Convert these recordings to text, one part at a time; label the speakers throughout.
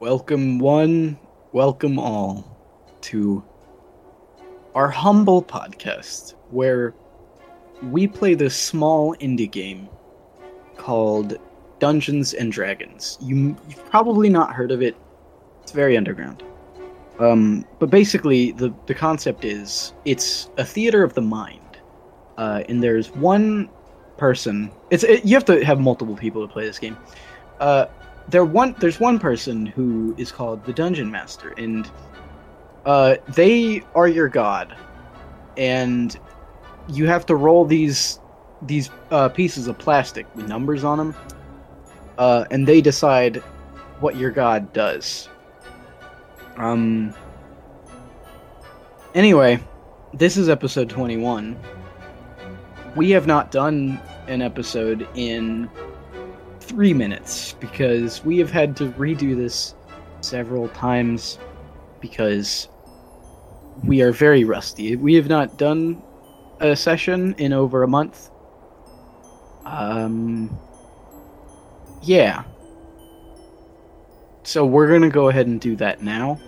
Speaker 1: Welcome, one, welcome all to our humble podcast where we play this small indie game called Dungeons and Dragons. You, you've probably not heard of it, it's very underground. Um, but basically, the, the concept is it's a theater of the mind, uh, and there's one person. It's it, you have to have multiple people to play this game. Uh, there one there's one person who is called the dungeon master, and uh, they are your god, and you have to roll these these uh, pieces of plastic with numbers on them, uh, and they decide what your god does. Um. Anyway, this is episode twenty-one. We have not done an episode in three minutes because we have had to redo this several times because we are very rusty. We have not done a session in over a month. Um, yeah. So we're gonna go ahead and do that now.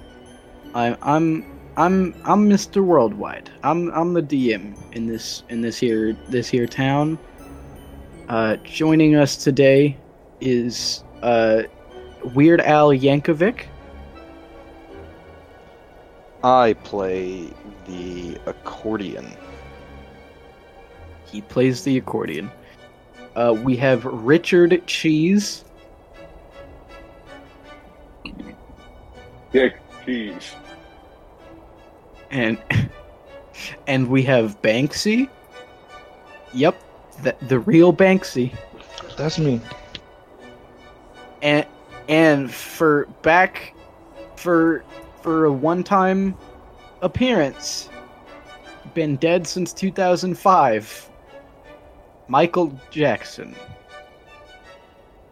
Speaker 1: I'm I'm I'm I'm Mr. Worldwide. I'm I'm the DM in this in this here this here town. Uh, joining us today is uh, Weird Al Yankovic.
Speaker 2: I play the accordion.
Speaker 1: He plays the accordion. Uh, we have Richard Cheese.
Speaker 3: Dick cheese.
Speaker 1: and and we have Banksy. Yep, the, the real Banksy.
Speaker 2: That's me.
Speaker 1: And and for back for for a one-time appearance, been dead since 2005. Michael Jackson.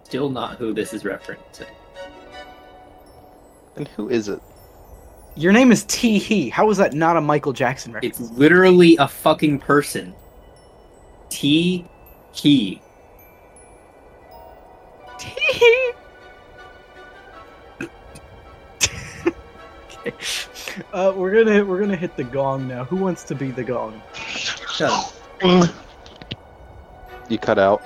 Speaker 4: Still not who this is referencing.
Speaker 2: And who is it?
Speaker 1: Your name is T. He. How is that not a Michael Jackson reference?
Speaker 4: It's literally a fucking person. T. He.
Speaker 1: Tee-hee. okay. Uh, we're gonna we're gonna hit the gong now. Who wants to be the gong?
Speaker 4: Shut up.
Speaker 2: You cut out.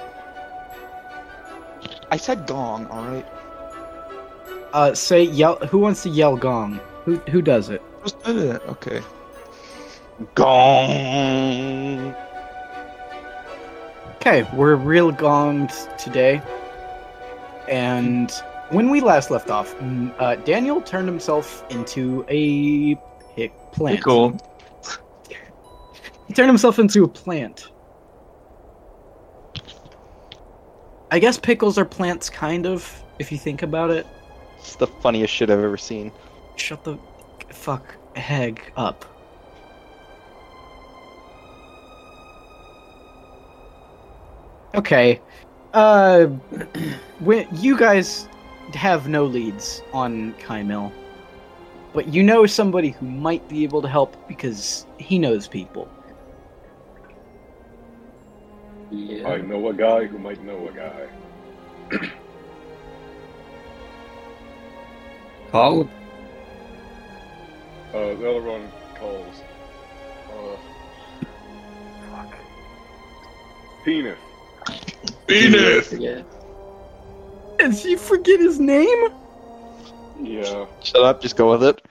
Speaker 2: I said gong, alright?
Speaker 1: Uh, say yell. Who wants to yell gong? Who who does it?
Speaker 2: Just did it, okay. Gong!
Speaker 1: Okay, we're real gonged today. And when we last left off, mm, uh, Daniel turned himself into a hick plant.
Speaker 2: Cool.
Speaker 1: He turned himself into a plant. I guess pickles are plants, kind of, if you think about it.
Speaker 2: It's the funniest shit I've ever seen.
Speaker 1: Shut the fuck hag up. Okay. Uh, when you guys have no leads on Kymil, but you know somebody who might be able to help because he knows people.
Speaker 3: I know a guy who might know a guy.
Speaker 4: Call.
Speaker 3: Uh, the other one calls. Uh, penis.
Speaker 4: Yeah.
Speaker 1: Did she forget his name?
Speaker 3: Yeah.
Speaker 2: Shut up, just go with it.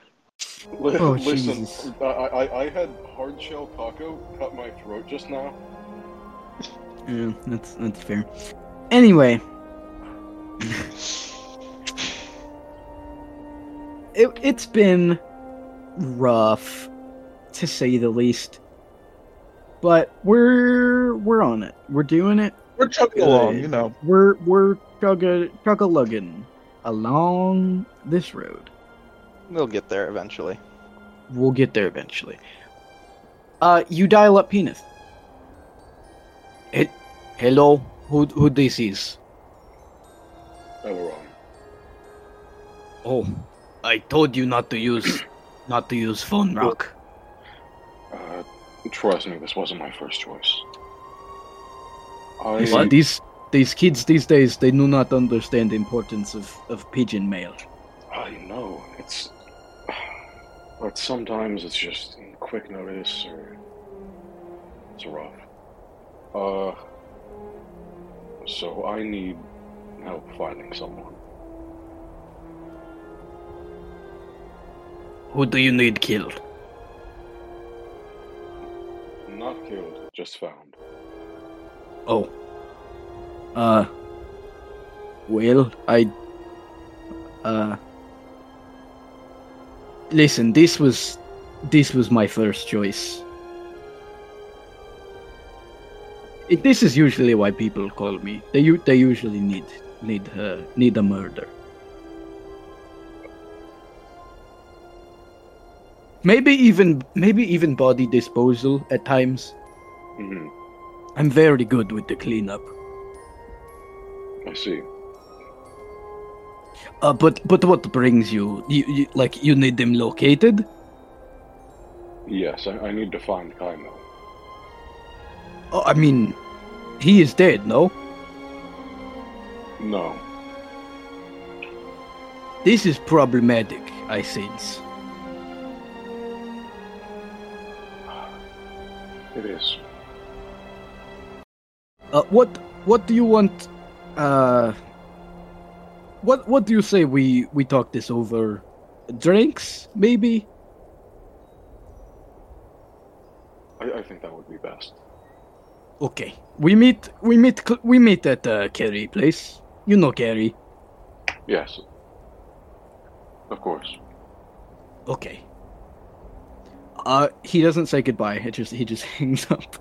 Speaker 3: Li-
Speaker 1: Oh,
Speaker 3: listen,
Speaker 1: Jesus.
Speaker 3: I, I I had hardshell taco cut my throat just now.
Speaker 1: Yeah, Mm, that's that's fair. Anyway, it it's been rough to say the least, but we're we're on it. We're doing it.
Speaker 5: We're chugging
Speaker 1: Good.
Speaker 5: along, you know.
Speaker 1: We're we're chugga chugga lugging along this road.
Speaker 2: We'll get there eventually.
Speaker 1: We'll get there eventually. Uh, you dial up penis. It, hello, who who this is?
Speaker 3: Elrond.
Speaker 1: Oh, I told you not to use, not to use phone rock.
Speaker 3: Uh, trust me, this wasn't my first choice. I
Speaker 1: These- These these kids these days they do not understand the importance of of pigeon mail.
Speaker 3: I I know it's, but sometimes it's just quick notice or it's rough. Uh, so I need help finding someone.
Speaker 6: Who do you need killed?
Speaker 3: Not killed, just found.
Speaker 6: Oh. Uh. Well, I. Uh. Listen, this was. This was my first choice. It, this is usually why people call me. They u- they usually need need uh, need a murder. Maybe even maybe even body disposal at times.
Speaker 3: hmm
Speaker 6: I'm very good with the cleanup.
Speaker 3: I see.
Speaker 6: Uh, but but what brings you? You, you like you need them located?
Speaker 3: Yes, I, I need to find Kaimo.
Speaker 6: Oh, I mean, he is dead. No,
Speaker 3: No,
Speaker 6: this is problematic. I sense.
Speaker 3: it is.
Speaker 6: Uh, what what do you want? Uh, what what do you say we we talk this over? Drinks, maybe.
Speaker 3: I, I think that would be best.
Speaker 6: Okay, we meet we meet cl- we meet at uh, Kerry place. You know Kerry.
Speaker 3: Yes. Of course.
Speaker 6: Okay. Uh, he doesn't say goodbye. It just he just hangs up.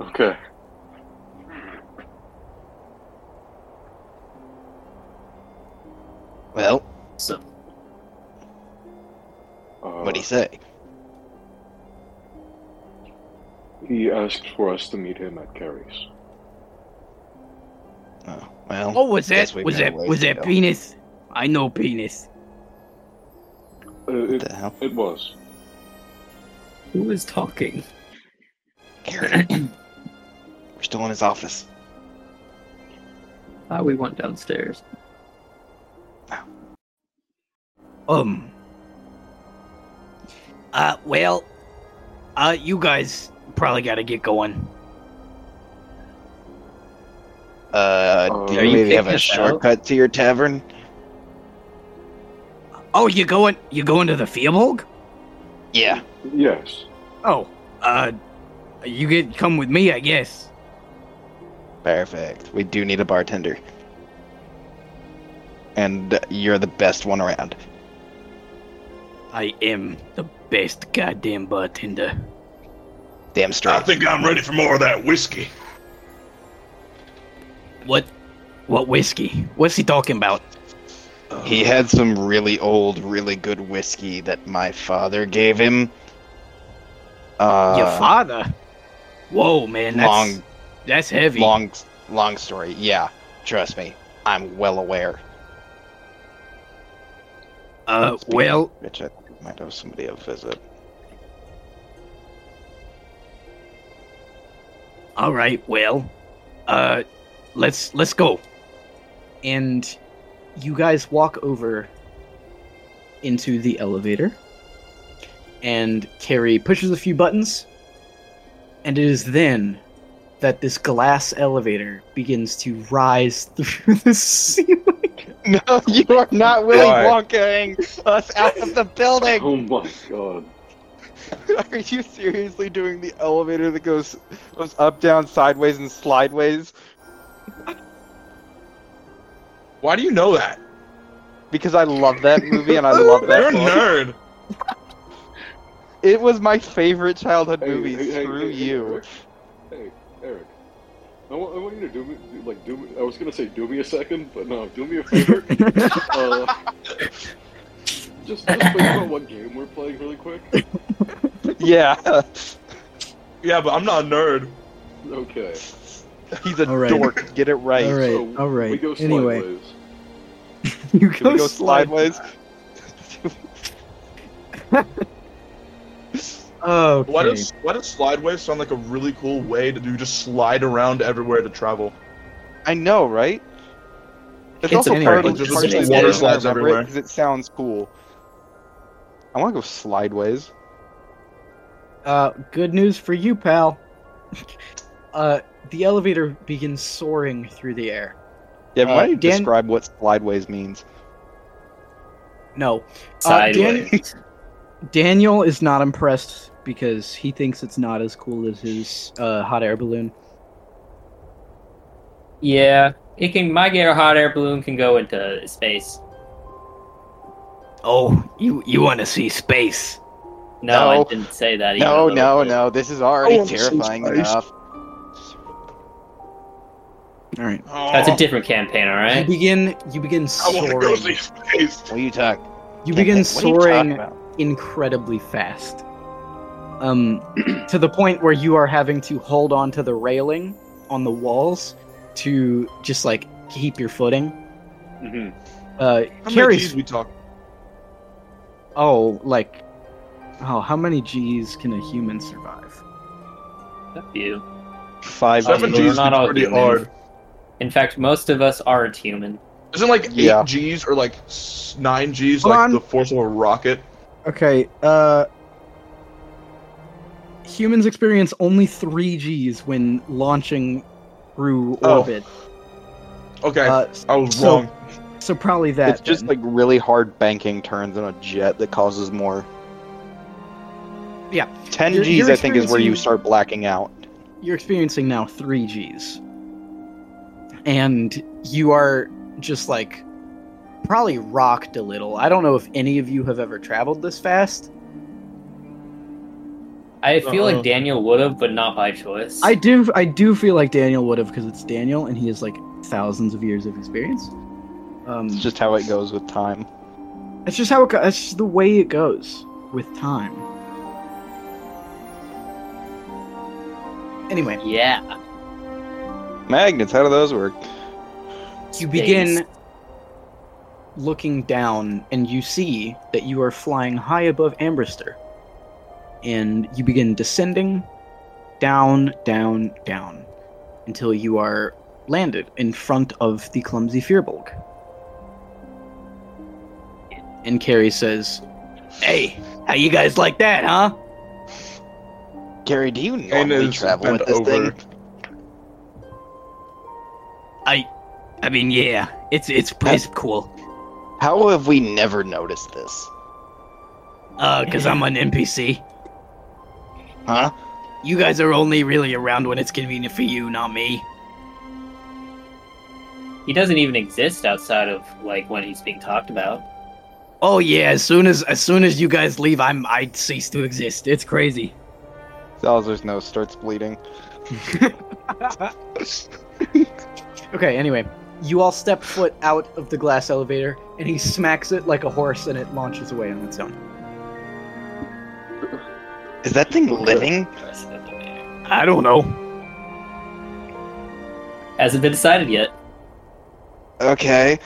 Speaker 3: Okay.
Speaker 7: Well,
Speaker 4: So
Speaker 3: Uh,
Speaker 5: Oh.
Speaker 7: what do you say?
Speaker 3: He asked for us to meet him at Carrie's.
Speaker 7: Oh, well.
Speaker 6: Oh, was that
Speaker 7: Guess we've
Speaker 6: was
Speaker 7: got
Speaker 6: that
Speaker 7: a ways
Speaker 6: was
Speaker 7: to
Speaker 6: that
Speaker 7: go.
Speaker 6: penis? I know penis.
Speaker 3: Uh,
Speaker 7: What
Speaker 3: It,
Speaker 7: the hell?
Speaker 3: it was.
Speaker 4: who is talking?
Speaker 7: Gary. We're still in his office.
Speaker 4: Ah, we went downstairs.
Speaker 6: Um. Uh, well, uh, you guys probably got to get going.
Speaker 7: Uh,
Speaker 3: Oh.
Speaker 7: do you
Speaker 3: Are you
Speaker 7: maybe have
Speaker 4: kicking
Speaker 7: a
Speaker 4: us out?
Speaker 7: shortcut to your tavern?
Speaker 6: Oh, you going? You going to the Fiebolg?
Speaker 7: Yeah.
Speaker 3: Yes.
Speaker 6: Oh, uh, you get come with me, I guess.
Speaker 7: Perfect. We do need a bartender. And you're the best one around.
Speaker 6: I am the best goddamn bartender.
Speaker 7: Damn
Speaker 8: I
Speaker 7: straight.
Speaker 8: think I'm ready for more of that whiskey.
Speaker 6: What? What whiskey? What's he talking about?
Speaker 7: He had some really old, really good whiskey that my father gave him. Uh,
Speaker 6: Your father? Whoa, man, that's
Speaker 7: long,
Speaker 6: that's heavy.
Speaker 7: long, long story. Yeah, trust me, I'm well aware.
Speaker 6: uh, well,
Speaker 7: Which I think might owe somebody a visit.
Speaker 6: all right well uh let's let's go and you guys walk over into the elevator and carrie pushes a few buttons and it is then that this glass elevator begins to rise through the ceiling
Speaker 7: No, you are not Willy
Speaker 3: Why?
Speaker 7: Wonkaing us out of the building.
Speaker 3: Oh my god.
Speaker 7: Are you seriously doing the elevator that goes goes up, down, sideways, and slideways?
Speaker 8: Why do you know that?
Speaker 7: Because I love that movie and I love
Speaker 8: You're
Speaker 7: that.
Speaker 8: a
Speaker 7: book.
Speaker 8: nerd.
Speaker 7: It was my favorite childhood
Speaker 3: Hey,
Speaker 7: movie.
Speaker 3: hey, hey,
Speaker 7: Screw
Speaker 3: hey, hey,
Speaker 7: you.
Speaker 3: Eric. Hey, Eric. I want, I want you to do me, do- like, do me, I was gonna say do me a second, but no, do me a favor. uh, just, just think about what game we're playing really quick.
Speaker 7: yeah,
Speaker 8: Yeah, but I'm not a nerd.
Speaker 3: Okay.
Speaker 7: he's a
Speaker 6: All right.
Speaker 7: dork. Get it right.
Speaker 6: All right,
Speaker 3: so
Speaker 6: all right.
Speaker 3: We go
Speaker 6: Anyway.
Speaker 3: sideways.
Speaker 6: you
Speaker 7: Can we go slideways?
Speaker 6: okay.
Speaker 8: Why does why does slideways sound like a really cool way to do just slide around everywhere to travel?
Speaker 7: I know, right?
Speaker 2: It's,
Speaker 4: It's
Speaker 2: also
Speaker 4: a
Speaker 2: part
Speaker 4: party,
Speaker 2: of the
Speaker 4: just
Speaker 2: part of the reason
Speaker 4: water
Speaker 2: I
Speaker 5: slides
Speaker 2: remember it,
Speaker 5: everywhere.
Speaker 2: 'cause it sounds cool. I want to go slideways.
Speaker 1: Uh, good news for you, pal. uh, the elevator begins soaring through the air.
Speaker 2: Yeah,
Speaker 1: Uh,
Speaker 2: why do you
Speaker 1: Dan-
Speaker 2: describe what slideways means?
Speaker 1: No, Uh, Dan-
Speaker 4: Sideways.
Speaker 1: Daniel is not impressed because he thinks it's not as cool as his uh, hot air balloon.
Speaker 4: yeah, it can. My gear hot air balloon can go into space.
Speaker 1: Oh, you you want to see space?
Speaker 4: No,
Speaker 2: No.
Speaker 4: I didn't say that. even a
Speaker 2: No,
Speaker 4: little
Speaker 2: no,
Speaker 4: bit.
Speaker 2: no. This is already
Speaker 5: Oh, I'm so
Speaker 2: terrifying
Speaker 5: surprised.
Speaker 2: enough.
Speaker 1: All right.
Speaker 5: Oh,
Speaker 4: That's a different campaign, all
Speaker 1: You
Speaker 4: right.
Speaker 1: begin. You begin
Speaker 5: I want to go
Speaker 1: soaring.
Speaker 5: see space.
Speaker 2: What are you talking?
Speaker 1: You begin
Speaker 2: What are you talking
Speaker 1: soaring
Speaker 2: about?
Speaker 1: incredibly fast. Um, to the point where you are having to hold on to the railing on the walls to just like keep your footing.
Speaker 3: Mm-hmm.
Speaker 1: Uh,
Speaker 5: How many
Speaker 1: Carrie's
Speaker 5: G's we talk?
Speaker 1: oh, like oh, how many G's can a human survive?
Speaker 4: Fuck you.
Speaker 2: Five.
Speaker 5: Seven
Speaker 4: We're
Speaker 2: G's.
Speaker 5: G's
Speaker 4: not
Speaker 5: is
Speaker 4: all
Speaker 5: pretty
Speaker 4: humans.
Speaker 5: hard.
Speaker 4: In fact, most of us aren't human.
Speaker 5: Isn't like eight
Speaker 2: Yeah.
Speaker 5: G's or like s- nine G's
Speaker 1: Hold
Speaker 5: like
Speaker 1: on.
Speaker 5: the force of a rocket?
Speaker 1: Okay, uh humans experience only 3 Gs when launching through
Speaker 5: Oh,
Speaker 1: orbit.
Speaker 5: Okay,
Speaker 1: Uh, s-
Speaker 5: I was
Speaker 1: so-
Speaker 5: wrong.
Speaker 1: so probably that.
Speaker 2: It's just
Speaker 1: then.
Speaker 2: like really hard banking turns on a jet that causes more.
Speaker 1: Yeah.
Speaker 2: 10
Speaker 1: You're-
Speaker 2: G's,
Speaker 1: you're
Speaker 2: I think, is where you
Speaker 1: experiencing-
Speaker 2: start blacking out.
Speaker 1: you're experiencing now 3 Gs. And you are just like probably rocked a little. I don't know if any of you have ever traveled this fast.
Speaker 4: I feel
Speaker 5: Uh-uh.
Speaker 4: like Daniel would have, but not by choice.
Speaker 1: I do I do feel like Daniel would have because it's Daniel and he has like thousands of years of experience. Um
Speaker 2: It's just how it goes with time.
Speaker 1: That's just how it goes. That's just the way it goes with time. Anyway,
Speaker 4: Yeah.
Speaker 2: Magnets, how do those work?
Speaker 1: you
Speaker 4: Space.
Speaker 1: begin looking down and you see that you are flying high above Ambrister. And you begin descending down, down, down until you are landed in front of the clumsy Fearbulk. And Carrie says, Hey, how you guys like that, huh?
Speaker 2: Gary, do you
Speaker 5: And
Speaker 2: normally
Speaker 5: is
Speaker 2: travel
Speaker 5: bent
Speaker 2: with this
Speaker 5: over.
Speaker 2: thing?
Speaker 1: I, I mean, yeah, it's it's it's cool.
Speaker 2: How have we never noticed this?
Speaker 1: Uh, cause I'm an NPC.
Speaker 2: Huh?
Speaker 1: You guys are only really around when it's convenient for you, not me.
Speaker 4: He doesn't even exist outside of like when he's being talked about.
Speaker 1: Oh yeah, as soon as as soon as you guys leave, I'm I cease to exist. It's crazy.
Speaker 2: Salzer's nose starts bleeding.
Speaker 1: Okay, anyway, you all step foot out of the glass elevator, and he smacks it like a horse, and it launches away on its own.
Speaker 2: Is that thing living?
Speaker 1: I don't know.
Speaker 4: Hasn't been decided yet.
Speaker 2: Okay.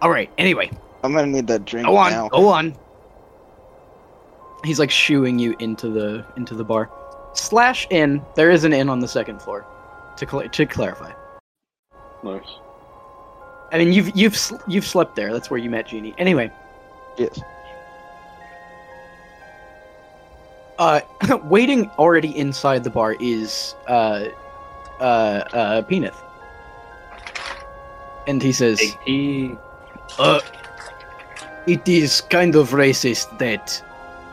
Speaker 1: All right. Anyway,
Speaker 2: I'm gonna need that drink
Speaker 1: go on,
Speaker 2: now.
Speaker 1: go on. He's like shooing you into the into the bar. Slash in. There is an inn on the second floor. To cl- to clarify.
Speaker 3: Nice.
Speaker 1: I mean, you've you've sl- you've slept there. That's where you met Jeannie. Anyway,
Speaker 2: Yes.
Speaker 1: uh, waiting already inside the bar is uh, uh, uh, Peanut, and he says,
Speaker 4: Big P.
Speaker 1: "Uh, it is kind of racist that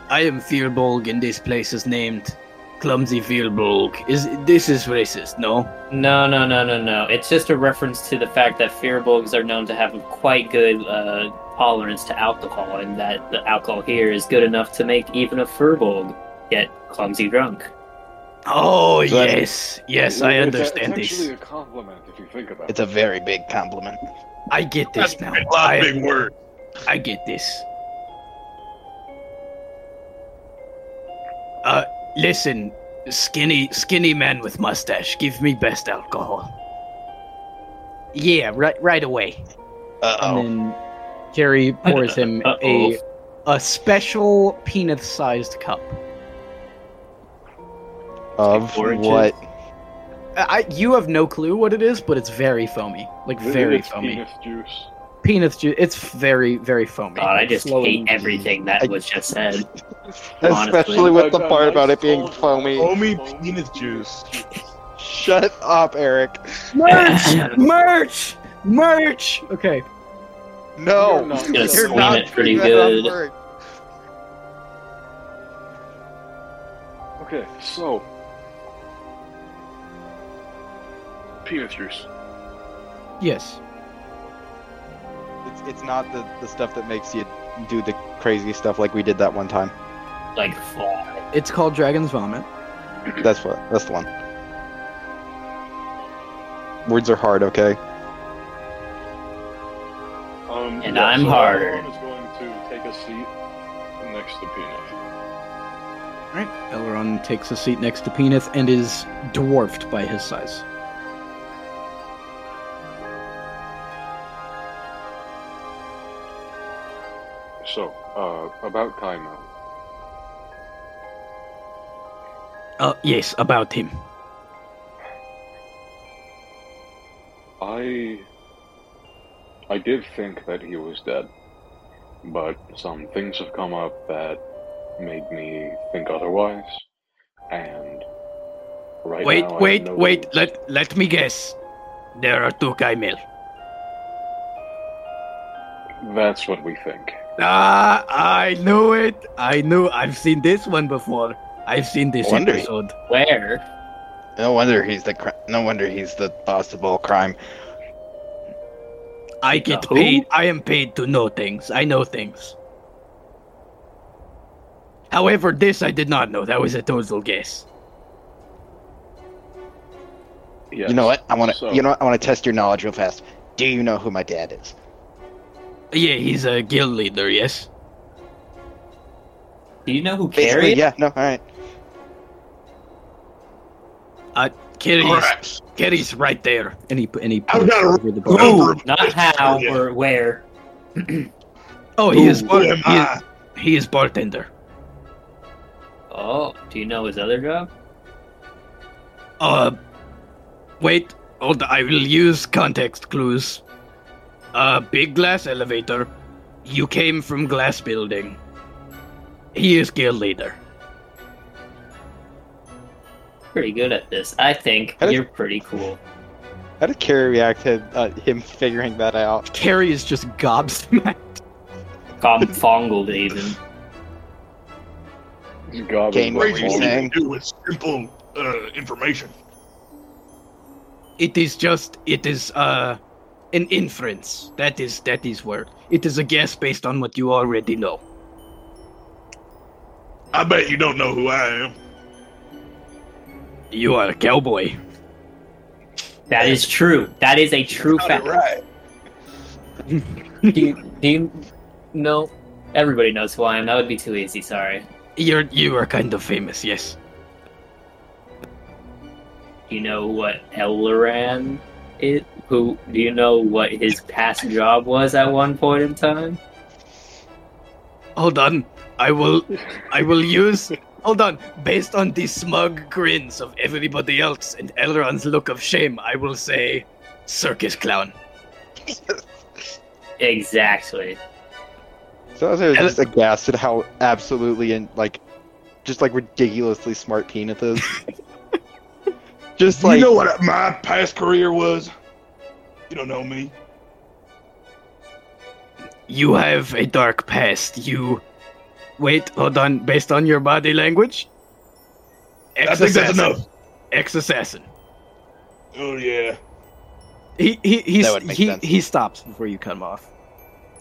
Speaker 1: I am Fearbolg and this place is named Clumsy Fearbolg. Is this is racist? No,
Speaker 4: No, no, no, no, no. It's just a reference to the fact that Fearbolgs are known to have a quite good uh, tolerance to alcohol, and that the alcohol here is good enough to make even a Furbolg get clumsy drunk.
Speaker 1: oh
Speaker 2: So that-
Speaker 1: yes, yes,
Speaker 3: Well,
Speaker 1: I
Speaker 3: it's a-
Speaker 1: understand
Speaker 3: it's
Speaker 1: this.
Speaker 3: actually a compliment if you think about
Speaker 2: It's
Speaker 3: it.
Speaker 2: a very big compliment.
Speaker 1: I get
Speaker 5: That's
Speaker 1: this now.
Speaker 5: a lot
Speaker 1: I,
Speaker 5: Ah, big word.
Speaker 1: I get this. Uh, listen, skinny, skinny man with mustache, give me best alcohol. Yeah, right, right away.
Speaker 2: Uh oh.
Speaker 1: And then Gary pours him a a special peanut-sized cup.
Speaker 2: Of
Speaker 4: Oranges.
Speaker 2: what?
Speaker 6: I, you have no clue what it is, but it's very foamy, like
Speaker 3: Maybe
Speaker 6: very
Speaker 3: it's
Speaker 6: foamy.
Speaker 3: Penis juice.
Speaker 6: Peanuts juice. It's very, very foamy.
Speaker 4: God, I
Speaker 6: It's
Speaker 4: just
Speaker 6: slowly-
Speaker 4: hate everything that
Speaker 2: I-
Speaker 4: was just said.
Speaker 2: Especially
Speaker 4: Honestly.
Speaker 2: with the
Speaker 3: I've got
Speaker 2: part
Speaker 3: nice
Speaker 2: about it being
Speaker 3: cold
Speaker 2: foamy.
Speaker 5: Foamy penis juice.
Speaker 2: Shut up, Eric.
Speaker 6: merch, merch, merch. Okay,
Speaker 2: No,
Speaker 3: You're not
Speaker 4: Gonna
Speaker 2: you're
Speaker 4: swing
Speaker 2: not
Speaker 4: it pretty
Speaker 2: doing that on
Speaker 4: good.
Speaker 2: purpose.
Speaker 3: Okay, so penis juice.
Speaker 6: yes.
Speaker 2: It's, it's not the, the stuff that makes you do the crazy stuff like we did that one time.
Speaker 4: Like, fly.
Speaker 6: It's called Dragon's Vomit.
Speaker 2: That's what. That's the one. Words are hard, okay?
Speaker 3: Um,
Speaker 4: And I'm
Speaker 3: so
Speaker 4: harder.
Speaker 3: Elrond is going to take a seat next to Peanut.
Speaker 6: All right. Elrond takes a seat next to Peanut and is dwarfed by his size.
Speaker 3: So, uh, about timeout.
Speaker 6: Uh, yes, about him.
Speaker 3: I I did think that he was dead, but some things have come up that made me think otherwise. And right
Speaker 6: wait,
Speaker 3: now, I
Speaker 6: wait,
Speaker 3: know-
Speaker 6: wait. Let let me guess. There are two Kaimil.
Speaker 3: That's what we think.
Speaker 6: Ah, I knew it. I knew. I've seen this one before. I've seen this
Speaker 2: Wonder-
Speaker 6: episode.
Speaker 4: Where?
Speaker 2: No wonder he's the cri- no wonder he's the boss of all crime.
Speaker 6: I get
Speaker 4: Uh, who?
Speaker 6: paid. I am paid to know things. I know things. However, this I did not know. That was a total guess.
Speaker 3: Yes.
Speaker 2: You know what? I want to.
Speaker 3: So-
Speaker 2: You know what? I want to test your knowledge real fast. Do you know who my dad is?
Speaker 6: Yeah, he's a guild leader. Yes.
Speaker 4: Do you know who
Speaker 2: Basically,
Speaker 4: carried?
Speaker 2: yeah. No. All right.
Speaker 6: Kerry's
Speaker 5: Alright.
Speaker 6: Kerry's right there. And he and he
Speaker 5: I've got a
Speaker 6: over the
Speaker 5: bar.
Speaker 6: bar.
Speaker 5: Ooh.
Speaker 4: Who? Not how or where.
Speaker 6: Oh, he is
Speaker 5: Who
Speaker 6: bar-
Speaker 5: am
Speaker 6: he,
Speaker 5: I?
Speaker 6: is, he is bartender.
Speaker 4: Oh, do you know his other job?
Speaker 6: Uh, wait. Hold. I will use context clues. Uh, big glass elevator. You came from glass building. He is guild leader.
Speaker 4: Pretty good at this, I think.
Speaker 2: How did-
Speaker 4: You're pretty cool.
Speaker 2: How did Carrie react to uh, him figuring that out?
Speaker 6: Carrie is just gobsmacked.
Speaker 4: Confongled even.
Speaker 3: God,
Speaker 2: Kane, what were you
Speaker 3: Elrond-
Speaker 2: saying?
Speaker 5: do with simple uh, information.
Speaker 6: It is just it is uh an inference. That is that is word. It is a guess based on what you already know.
Speaker 5: I bet you don't know who I am.
Speaker 6: You are a cowboy.
Speaker 4: That is true. That is a true
Speaker 5: Got it
Speaker 4: fact.
Speaker 5: right.
Speaker 4: Do you, do you know? Everybody knows who I am. That would be too easy. Sorry.
Speaker 6: You're you are kind of famous, yes.
Speaker 4: Do you know what Elran is? Who? Do you know what his past job was at one point in time?
Speaker 6: Hold on. I will I will use Hold on. Based on the smug grins of everybody else and Elrond's look of shame, I will say circus clown.
Speaker 4: Exactly.
Speaker 2: So I was just
Speaker 6: Ele-
Speaker 2: aghast at how absolutely and like, just like ridiculously smart Peanut is. just like
Speaker 5: you know what my past career was? You don't know me.
Speaker 6: You have a dark past. You wait, hold on, based on your body language?
Speaker 5: I think that's
Speaker 6: Ex-assassin.
Speaker 5: enough.
Speaker 6: Ex assassin.
Speaker 5: Oh yeah.
Speaker 6: He he he's,
Speaker 2: That would make
Speaker 6: he
Speaker 2: sense.
Speaker 6: he stops before you cut him off.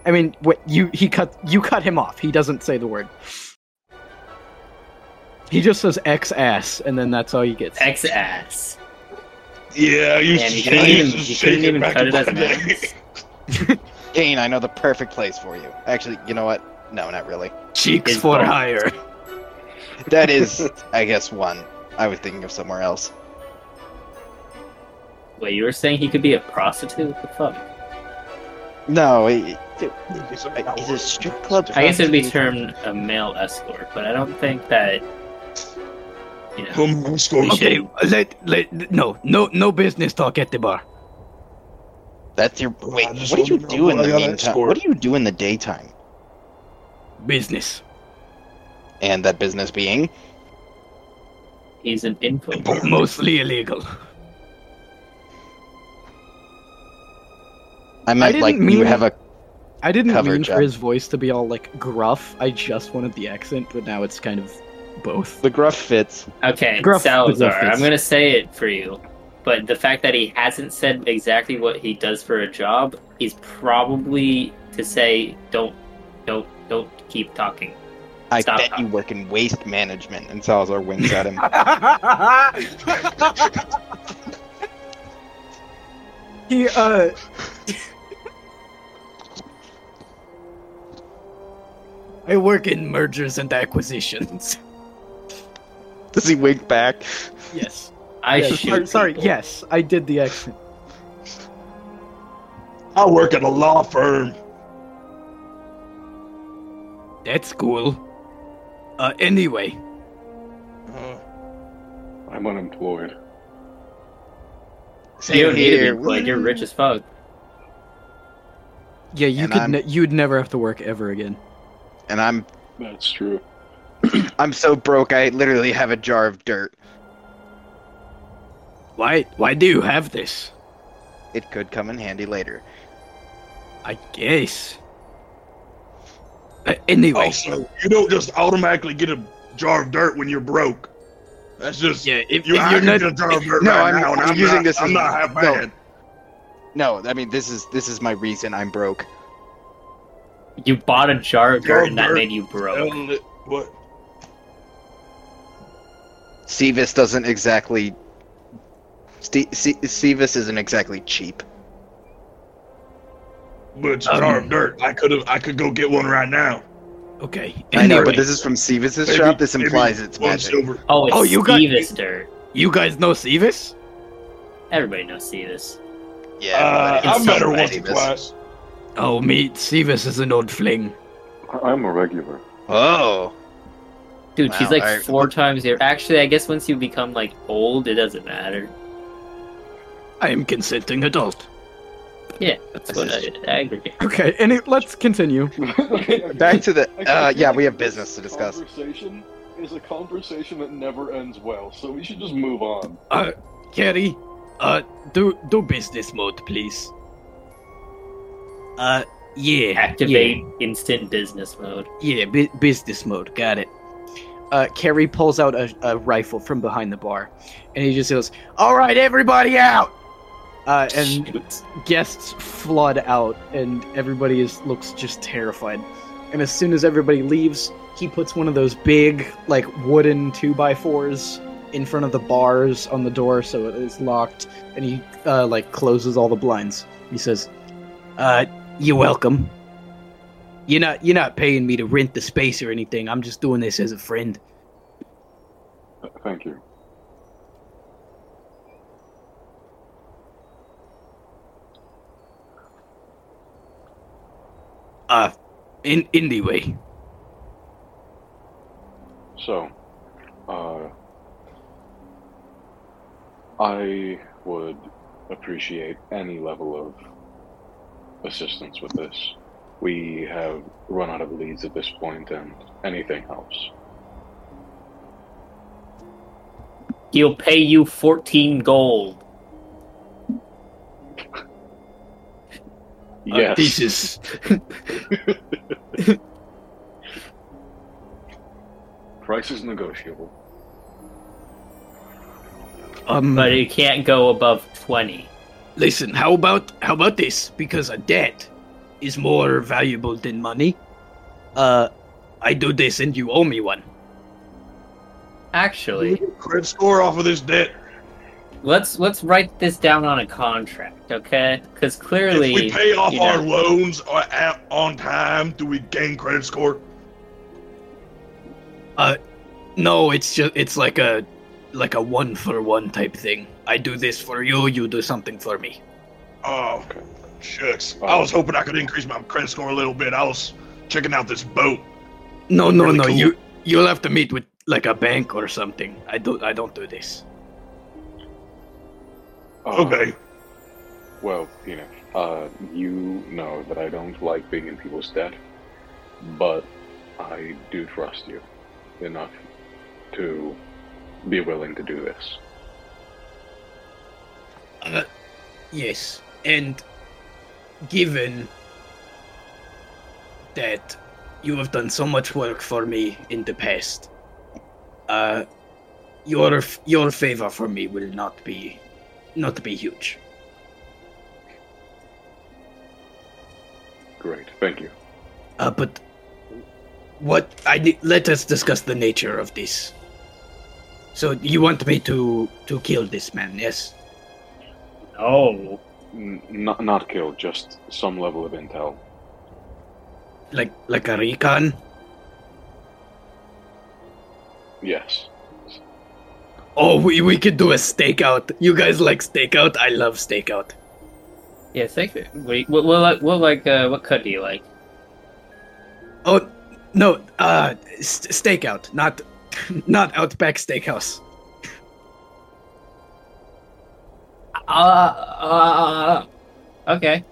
Speaker 6: I mean, what you he cut you cut him off. He doesn't say the word. He just says X ass, and then that's all you get.
Speaker 4: Ex ass.
Speaker 5: Yeah, you
Speaker 4: And you couldn't even, you couldn't even cut it as an ass.
Speaker 2: Kane, I know the perfect place for you. Actually, you know what? No, not really.
Speaker 6: Cheeks
Speaker 4: His
Speaker 6: for
Speaker 4: bone.
Speaker 6: hire.
Speaker 2: That is, I guess, one. I was thinking of somewhere else.
Speaker 4: Wait, you were saying he could be a prostitute? What the fuck?
Speaker 2: No, he, he's a
Speaker 5: It's
Speaker 2: strip club.
Speaker 4: I guess it'd be termed a male escort, but I don't think that You know,
Speaker 5: Okay.
Speaker 1: let, let, no, no, no business talk at the bar.
Speaker 2: That's your wait.
Speaker 5: Oh, I just
Speaker 2: What do you
Speaker 5: wanted to know
Speaker 2: do in
Speaker 5: why I
Speaker 2: the
Speaker 5: got that
Speaker 2: meantime?
Speaker 5: score.
Speaker 2: What do you do in the daytime?
Speaker 1: Business.
Speaker 2: And that business being
Speaker 4: he's an info.
Speaker 1: Mostly illegal.
Speaker 2: I meant
Speaker 1: didn't
Speaker 2: like
Speaker 1: mean-
Speaker 2: you have a
Speaker 1: I didn't
Speaker 2: Cover
Speaker 1: mean
Speaker 2: job.
Speaker 1: for his voice to be all like gruff. I just wanted the accent, but now it's kind of both.
Speaker 2: the gruff fits.
Speaker 4: Okay,
Speaker 1: Gruff-
Speaker 4: Salazar,
Speaker 1: Gruff is-
Speaker 4: I'm gonna say it for you, but the fact that he hasn't said exactly what he does for a job, he's probably to say, "Don't, don't, don't keep talking."
Speaker 2: I
Speaker 4: Stop.
Speaker 2: bet you work in waste management, and Salazar winks at him.
Speaker 1: he uh I work in mergers and acquisitions.
Speaker 2: Does he wink back?
Speaker 1: Yes.
Speaker 4: I
Speaker 1: yes.
Speaker 4: shoot.
Speaker 1: Sorry, sorry,
Speaker 4: people.
Speaker 1: yes, I did the accent.
Speaker 5: I work at a law firm.
Speaker 1: That's cool. Uh anyway.
Speaker 2: Uh-huh.
Speaker 3: I'm unemployed.
Speaker 4: You
Speaker 2: Same
Speaker 4: don't need to
Speaker 2: here.
Speaker 4: be employed. You're rich as fuck.
Speaker 1: Yeah, you
Speaker 2: And
Speaker 1: could
Speaker 2: I'm-
Speaker 1: ne- you'd never have to work ever again.
Speaker 2: And I'm
Speaker 3: That's true.
Speaker 2: I'm so broke. I literally have a jar of dirt.
Speaker 1: Why why do you have this?
Speaker 2: It could come in handy later.
Speaker 1: I guess. Uh, anyway,
Speaker 5: Also, Oh, you don't just automatically get a jar of dirt when you're broke. That's just
Speaker 1: yeah, if
Speaker 5: You
Speaker 1: if
Speaker 5: are
Speaker 1: you're not
Speaker 5: get a jar of dirt
Speaker 2: No,
Speaker 5: right
Speaker 2: I'm-
Speaker 5: now, and
Speaker 2: I'm
Speaker 5: I'm,
Speaker 2: using
Speaker 5: not,
Speaker 2: this
Speaker 5: I'm
Speaker 2: as-
Speaker 5: not half
Speaker 2: no.
Speaker 5: bad.
Speaker 2: No, I mean this is this is my reason I'm broke.
Speaker 4: You bought a jar of
Speaker 5: Jar
Speaker 4: dirt,
Speaker 5: of
Speaker 4: and that
Speaker 5: dirt.
Speaker 4: made you broke.
Speaker 5: Um, What?
Speaker 2: Sevis doesn't exactly. Ste- Se- Sevis isn't exactly cheap.
Speaker 5: But
Speaker 2: Um,
Speaker 5: it's a jar of dirt. I could have. I could go get one right now.
Speaker 1: okay.
Speaker 2: I know, but
Speaker 1: anyway,
Speaker 2: this is from Sevis's
Speaker 5: Maybe-
Speaker 2: shop. This
Speaker 5: maybe
Speaker 2: implies it's
Speaker 5: one
Speaker 2: magic.
Speaker 5: silver.
Speaker 4: Oh, it's
Speaker 1: Oh,
Speaker 4: oh,
Speaker 1: you got-
Speaker 4: dirt.
Speaker 1: you guys know Sevis?
Speaker 4: Everybody knows Stevis.
Speaker 2: Yeah,
Speaker 5: Uh,
Speaker 2: but it's
Speaker 5: I met her
Speaker 2: sold by
Speaker 5: once or
Speaker 2: Sevis.
Speaker 5: twice.
Speaker 1: Oh, me, Sevis is an old fling.
Speaker 3: I- I'm a regular.
Speaker 2: Oh,
Speaker 4: Dude, she's
Speaker 2: Wow,
Speaker 4: like
Speaker 2: alright.
Speaker 4: four times here. Actually, I guess once you become like old, it doesn't matter.
Speaker 1: I am consenting adult.
Speaker 4: Yeah, that's
Speaker 2: This
Speaker 4: what
Speaker 2: is-
Speaker 4: I, I agree.
Speaker 1: Okay, and it, let's continue.
Speaker 2: back to the.
Speaker 3: I- I
Speaker 2: Uh,
Speaker 3: feel
Speaker 2: yeah,
Speaker 3: like
Speaker 2: we have
Speaker 3: this
Speaker 2: business to discuss.
Speaker 3: Conversation is a conversation that never ends well, so we should just move on.
Speaker 1: Uh, Carrie, uh, do do business mode, please. Uh, yeah.
Speaker 4: Activate instant business mode.
Speaker 1: Yeah, bu- business mode. Got it. Uh, Carrie pulls out a, a rifle from behind the bar, and he just goes, "All right, everybody out!" Uh, and
Speaker 4: Shoot.
Speaker 1: guests flood out, and everybody is looks just terrified. And as soon as everybody leaves, he puts one of those big, like wooden two by fours in front of the bars on the door, so it is locked. And he uh, like closes all the blinds. He says, "Uh, you're welcome. You're not you're not paying me to rent the space or anything. I'm just doing this as a friend."
Speaker 3: Thank you.
Speaker 1: Uh, in anyway,
Speaker 3: So, uh, I would appreciate any level of assistance with this. We have run out of leads at this point, and anything helps.
Speaker 4: He'll pay you 14 gold.
Speaker 1: uh,
Speaker 3: Yes.
Speaker 1: this is
Speaker 3: Price is negotiable.
Speaker 1: um.
Speaker 4: But it can't go above 20.
Speaker 1: Listen, how about how about this? Because a debt is more valuable than money. Uh, I do this and you owe me one.
Speaker 4: Actually,
Speaker 5: Credit score off of this debt.
Speaker 1: Mm-hmm.
Speaker 4: let's let's write this down on a contract, okay? Because
Speaker 5: If
Speaker 4: clearly,
Speaker 5: we pay off
Speaker 4: you know-
Speaker 5: our loans or at, on time, do we gain credit score?
Speaker 1: No, it's just it's like a like a one for one type thing. I do this for you, you do something for me.
Speaker 5: Oh, shucks. I was hoping I could increase my credit score a little bit. I was checking out this boat.
Speaker 1: No, no,
Speaker 5: Really
Speaker 1: no.
Speaker 5: cool.
Speaker 1: You you'll have to meet with like a bank or something. I don't I don't do this.
Speaker 3: Uh,
Speaker 5: Okay.
Speaker 3: Well, you know, uh, you know that I don't like being in people's debt, but I do trust you enough to be willing to do this.
Speaker 1: Yes, and given that you have done so much work for me in the past, uh, your f- your favor for me will not be not be huge.
Speaker 3: Great. Thank you.
Speaker 1: Uh, but what I ne- let us discuss the nature of this. So you want me to to kill this man? Yes.
Speaker 4: Oh,
Speaker 3: N- not, not kill, just some level of intel.
Speaker 1: Like like a recon?
Speaker 3: Yes.
Speaker 1: Oh, we we could do a stakeout. You guys like stakeout? I love stakeout.
Speaker 4: yeah. Thank you. What, what, what, like- what like? Uh, what cut do you like?
Speaker 1: Oh, no, uh, st- stakeout, not, not Outback Steakhouse.
Speaker 4: Uh, uh, okay.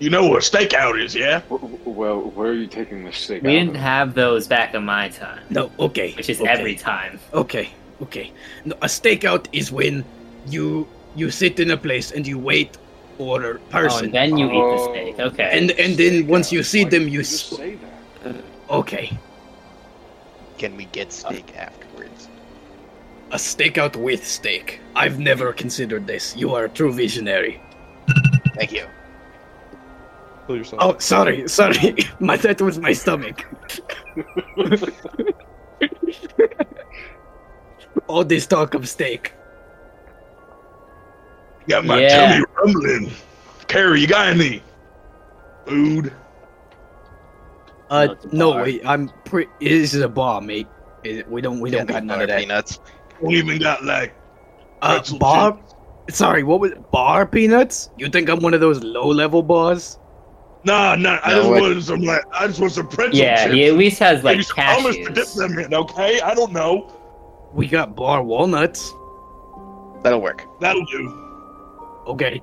Speaker 5: You know what a stakeout is, yeah?
Speaker 3: W- w- well, where are you taking this steak?
Speaker 4: We
Speaker 3: out
Speaker 4: didn't
Speaker 3: of?
Speaker 4: have those back in my time,
Speaker 1: No, okay.
Speaker 4: which is
Speaker 1: okay,
Speaker 4: every time.
Speaker 1: Okay, okay. No, a stakeout is when you you sit in a place and you wait for a
Speaker 4: Oh,
Speaker 1: person.
Speaker 4: and then you eat the
Speaker 3: Oh.
Speaker 4: steak. Okay.
Speaker 1: and and then once you see
Speaker 3: Why
Speaker 1: them,
Speaker 3: didn't
Speaker 1: you
Speaker 3: just
Speaker 1: sp-
Speaker 3: say that.
Speaker 1: okay.
Speaker 2: Can we get steak afterwards?
Speaker 1: A stakeout with steak. I've never considered this. You are a true visionary.
Speaker 2: Thank you.
Speaker 9: Kill yourself.
Speaker 1: Oh, sorry, sorry. my that was my stomach. All this talk of steak.
Speaker 5: Got my
Speaker 4: Yeah.
Speaker 5: tummy rumbling. Carrie, you got any food?
Speaker 1: Uh,
Speaker 4: No, it's a
Speaker 1: no,
Speaker 4: bar.
Speaker 1: wait, I'm pre- it is a bar, mate. It- we don't, we don't got
Speaker 2: Peanut
Speaker 1: none
Speaker 2: butter
Speaker 1: of that.
Speaker 2: Peanuts.
Speaker 5: Don't even got like
Speaker 1: Uh,
Speaker 5: pretzel
Speaker 1: bar?
Speaker 5: chips.
Speaker 1: Sorry, what was bar peanuts? You think I'm one of those low-level bars?
Speaker 5: Nah, nah. I
Speaker 2: No,
Speaker 5: just
Speaker 2: what-
Speaker 5: wanted some like I just want some pretzel
Speaker 4: yeah,
Speaker 5: chips.
Speaker 4: he at least has like
Speaker 5: Maybe some hummus to dip
Speaker 4: cashews.
Speaker 5: them in, okay? I don't know.
Speaker 1: We got bar walnuts.
Speaker 2: That'll work.
Speaker 5: That'll do.
Speaker 1: Okay.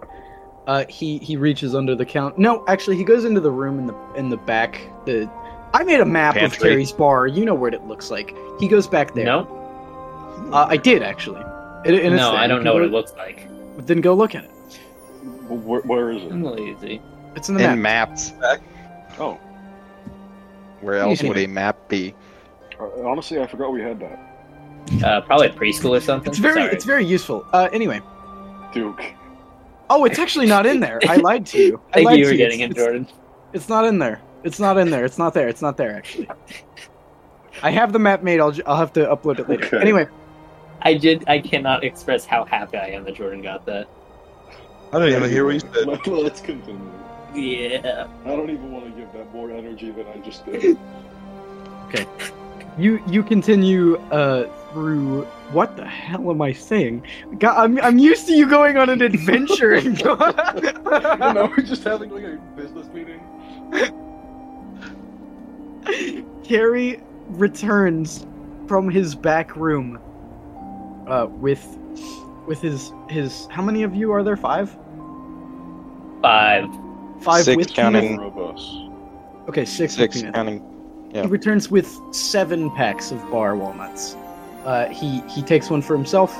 Speaker 1: Uh, he he reaches under the count. No, actually, he goes into the room in the in the back. The I made a map of
Speaker 2: Pantry.
Speaker 1: Terry's bar. You know what it looks like. He goes back there.
Speaker 4: No,
Speaker 1: uh, I did actually. It, and it's
Speaker 4: no,
Speaker 1: there.
Speaker 4: I
Speaker 1: You
Speaker 4: don't
Speaker 1: can
Speaker 4: know what
Speaker 1: go-
Speaker 4: it looks like.
Speaker 1: Then go look at it.
Speaker 3: W- Where, where is it?
Speaker 4: I'm lazy.
Speaker 1: It's in the
Speaker 2: And
Speaker 1: map.
Speaker 2: maps.
Speaker 3: Oh,
Speaker 2: Where else would a map be?
Speaker 3: uh, honestly, I forgot we had that.
Speaker 4: Uh, probably preschool or something.
Speaker 1: It's very
Speaker 4: Sorry.
Speaker 1: it's very useful. Uh, anyway.
Speaker 3: Duke.
Speaker 1: Oh, it's actually not in there. I lied to you. I
Speaker 4: Thank
Speaker 1: lied
Speaker 4: you for
Speaker 1: to
Speaker 4: getting
Speaker 1: It's-
Speaker 4: it,
Speaker 1: it's-
Speaker 4: Jordan.
Speaker 1: It's not in there. It's not in there. It's not there. It's not there. Actually, I have the map made. I'll ju- I'll have to upload it later.
Speaker 3: Okay.
Speaker 1: Anyway,
Speaker 4: I did. I cannot express how happy I am that Jordan got that.
Speaker 9: I didn't even hear what you said.
Speaker 3: Let, us continue.
Speaker 4: Yeah.
Speaker 3: I don't even want to give that more energy than I just did.
Speaker 1: you you continue uh through. What the hell am I saying? God, I'm I'm used to you going on an adventure and go-
Speaker 3: and now we're just having like a business meeting.
Speaker 1: Carrie returns from his back room uh with with his his how many of you are there five
Speaker 4: Five.
Speaker 1: five
Speaker 2: Six
Speaker 1: with
Speaker 2: counting-
Speaker 1: peanut-
Speaker 3: Four of us.
Speaker 1: okay six, with
Speaker 2: Six
Speaker 1: peanut.
Speaker 2: counting.
Speaker 1: He
Speaker 2: Yeah.
Speaker 1: returns with seven packs of bar walnuts. Uh, he he takes one for himself,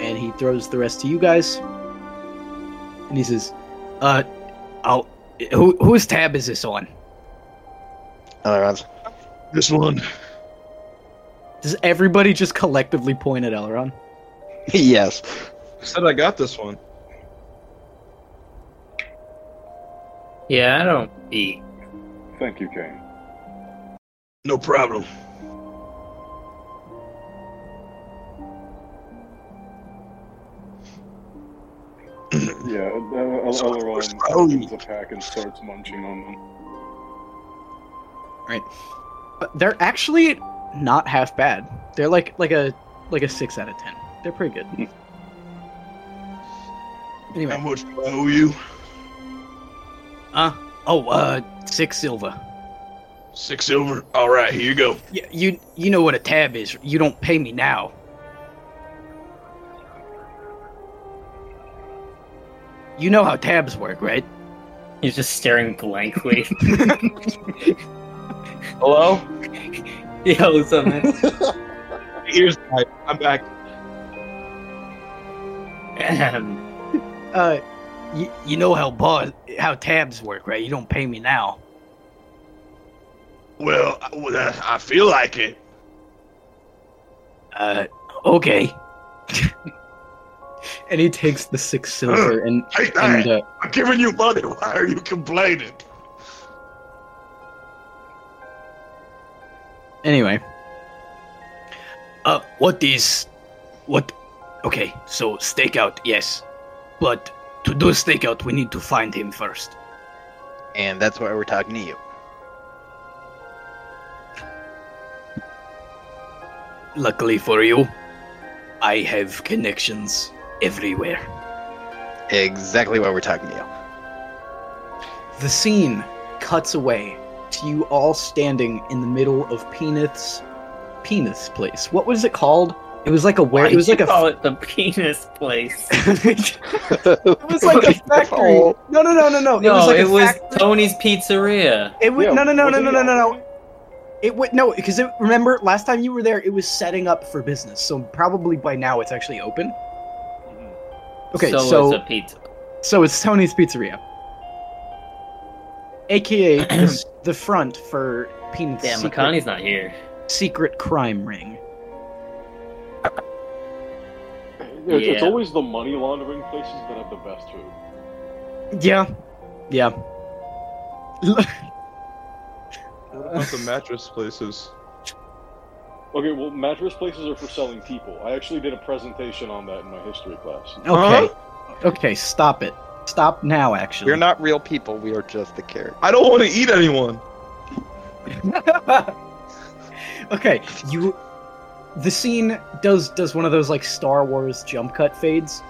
Speaker 1: and he throws the rest to you guys. And he says, "Uh, I'll, who, whose tab is this on?
Speaker 2: Other ones.
Speaker 5: This one.
Speaker 1: Does everybody just collectively point at Elrond?
Speaker 2: yes.
Speaker 9: I said I got this one.
Speaker 4: Yeah, I don't eat.
Speaker 3: Thank you, Kane.
Speaker 5: No problem.
Speaker 3: Yeah, uh, El-
Speaker 5: So
Speaker 3: Elrond
Speaker 5: what's wrong?
Speaker 3: opens a pack and starts munching on them.
Speaker 1: But Uh, They're actually not half bad. They're like like a like a six out of ten. They're pretty good.
Speaker 5: How
Speaker 1: anyway,
Speaker 5: much do I owe you?
Speaker 1: uh, oh, uh, six silver.
Speaker 5: Six silver. All right, here you go.
Speaker 1: Yeah, you you know what a tab is. You don't pay me now. You know how tabs work, right?
Speaker 4: He's just staring blankly.
Speaker 9: Hello?
Speaker 4: Yo, what's up, man?
Speaker 9: Here's my. I'm back.
Speaker 4: Ahem.
Speaker 1: Uh, you, you know how bars how tabs work, right? You don't pay me now.
Speaker 5: Well, I- well, uh, I feel like it.
Speaker 1: Uh, okay. and he takes the six silver and
Speaker 5: Take that.
Speaker 1: and uh,
Speaker 5: I'm giving you money. Why are you complaining?
Speaker 1: anyway. Uh, what is, what? Okay, so stakeout, yes, but to do stakeout, we need to find him first.
Speaker 2: And that's why we're talking to you.
Speaker 1: Luckily for you, I have connections everywhere.
Speaker 2: Exactly why we're talking to you.
Speaker 1: The scene cuts away to you all standing in the middle of Penis, Penis Place. What was it called? It was like a where?
Speaker 4: Why
Speaker 1: It was like
Speaker 4: did
Speaker 1: a
Speaker 4: you call it the penis place.
Speaker 1: it was like a factory. No, no, no, no, no.
Speaker 4: No,
Speaker 1: it was like
Speaker 4: it
Speaker 1: a
Speaker 4: was
Speaker 1: factory.
Speaker 4: Tony's pizzeria.
Speaker 1: It was
Speaker 3: Yeah,
Speaker 1: no, no, no, no,
Speaker 3: wasn't
Speaker 1: no,
Speaker 3: it
Speaker 1: no, no, no.
Speaker 3: Yahoo?
Speaker 1: It would no, because it, remember last time you were there, it was setting up for business. So probably by now it's actually open. Okay, so
Speaker 4: Mm-hmm. so,
Speaker 1: so,
Speaker 4: it's a pizza.
Speaker 1: it's Tony's Pizzeria, aka the, s- the front for Peanut's
Speaker 4: Damn,
Speaker 1: secret,
Speaker 4: Makani's not here.
Speaker 1: secret crime ring.
Speaker 3: It's, it's
Speaker 4: Yeah.
Speaker 3: always the money laundering places that have the best food.
Speaker 1: Yeah, yeah.
Speaker 9: What about the mattress places?
Speaker 3: Okay, well, mattress places are for selling people. I actually did a presentation on that in my history class.
Speaker 1: Okay, okay. Stop it. Stop now. Actually,
Speaker 2: We're not real people. We are just the character.
Speaker 9: I don't want to eat anyone.
Speaker 1: okay, you. The scene does does one of those like Star Wars jump cut fades,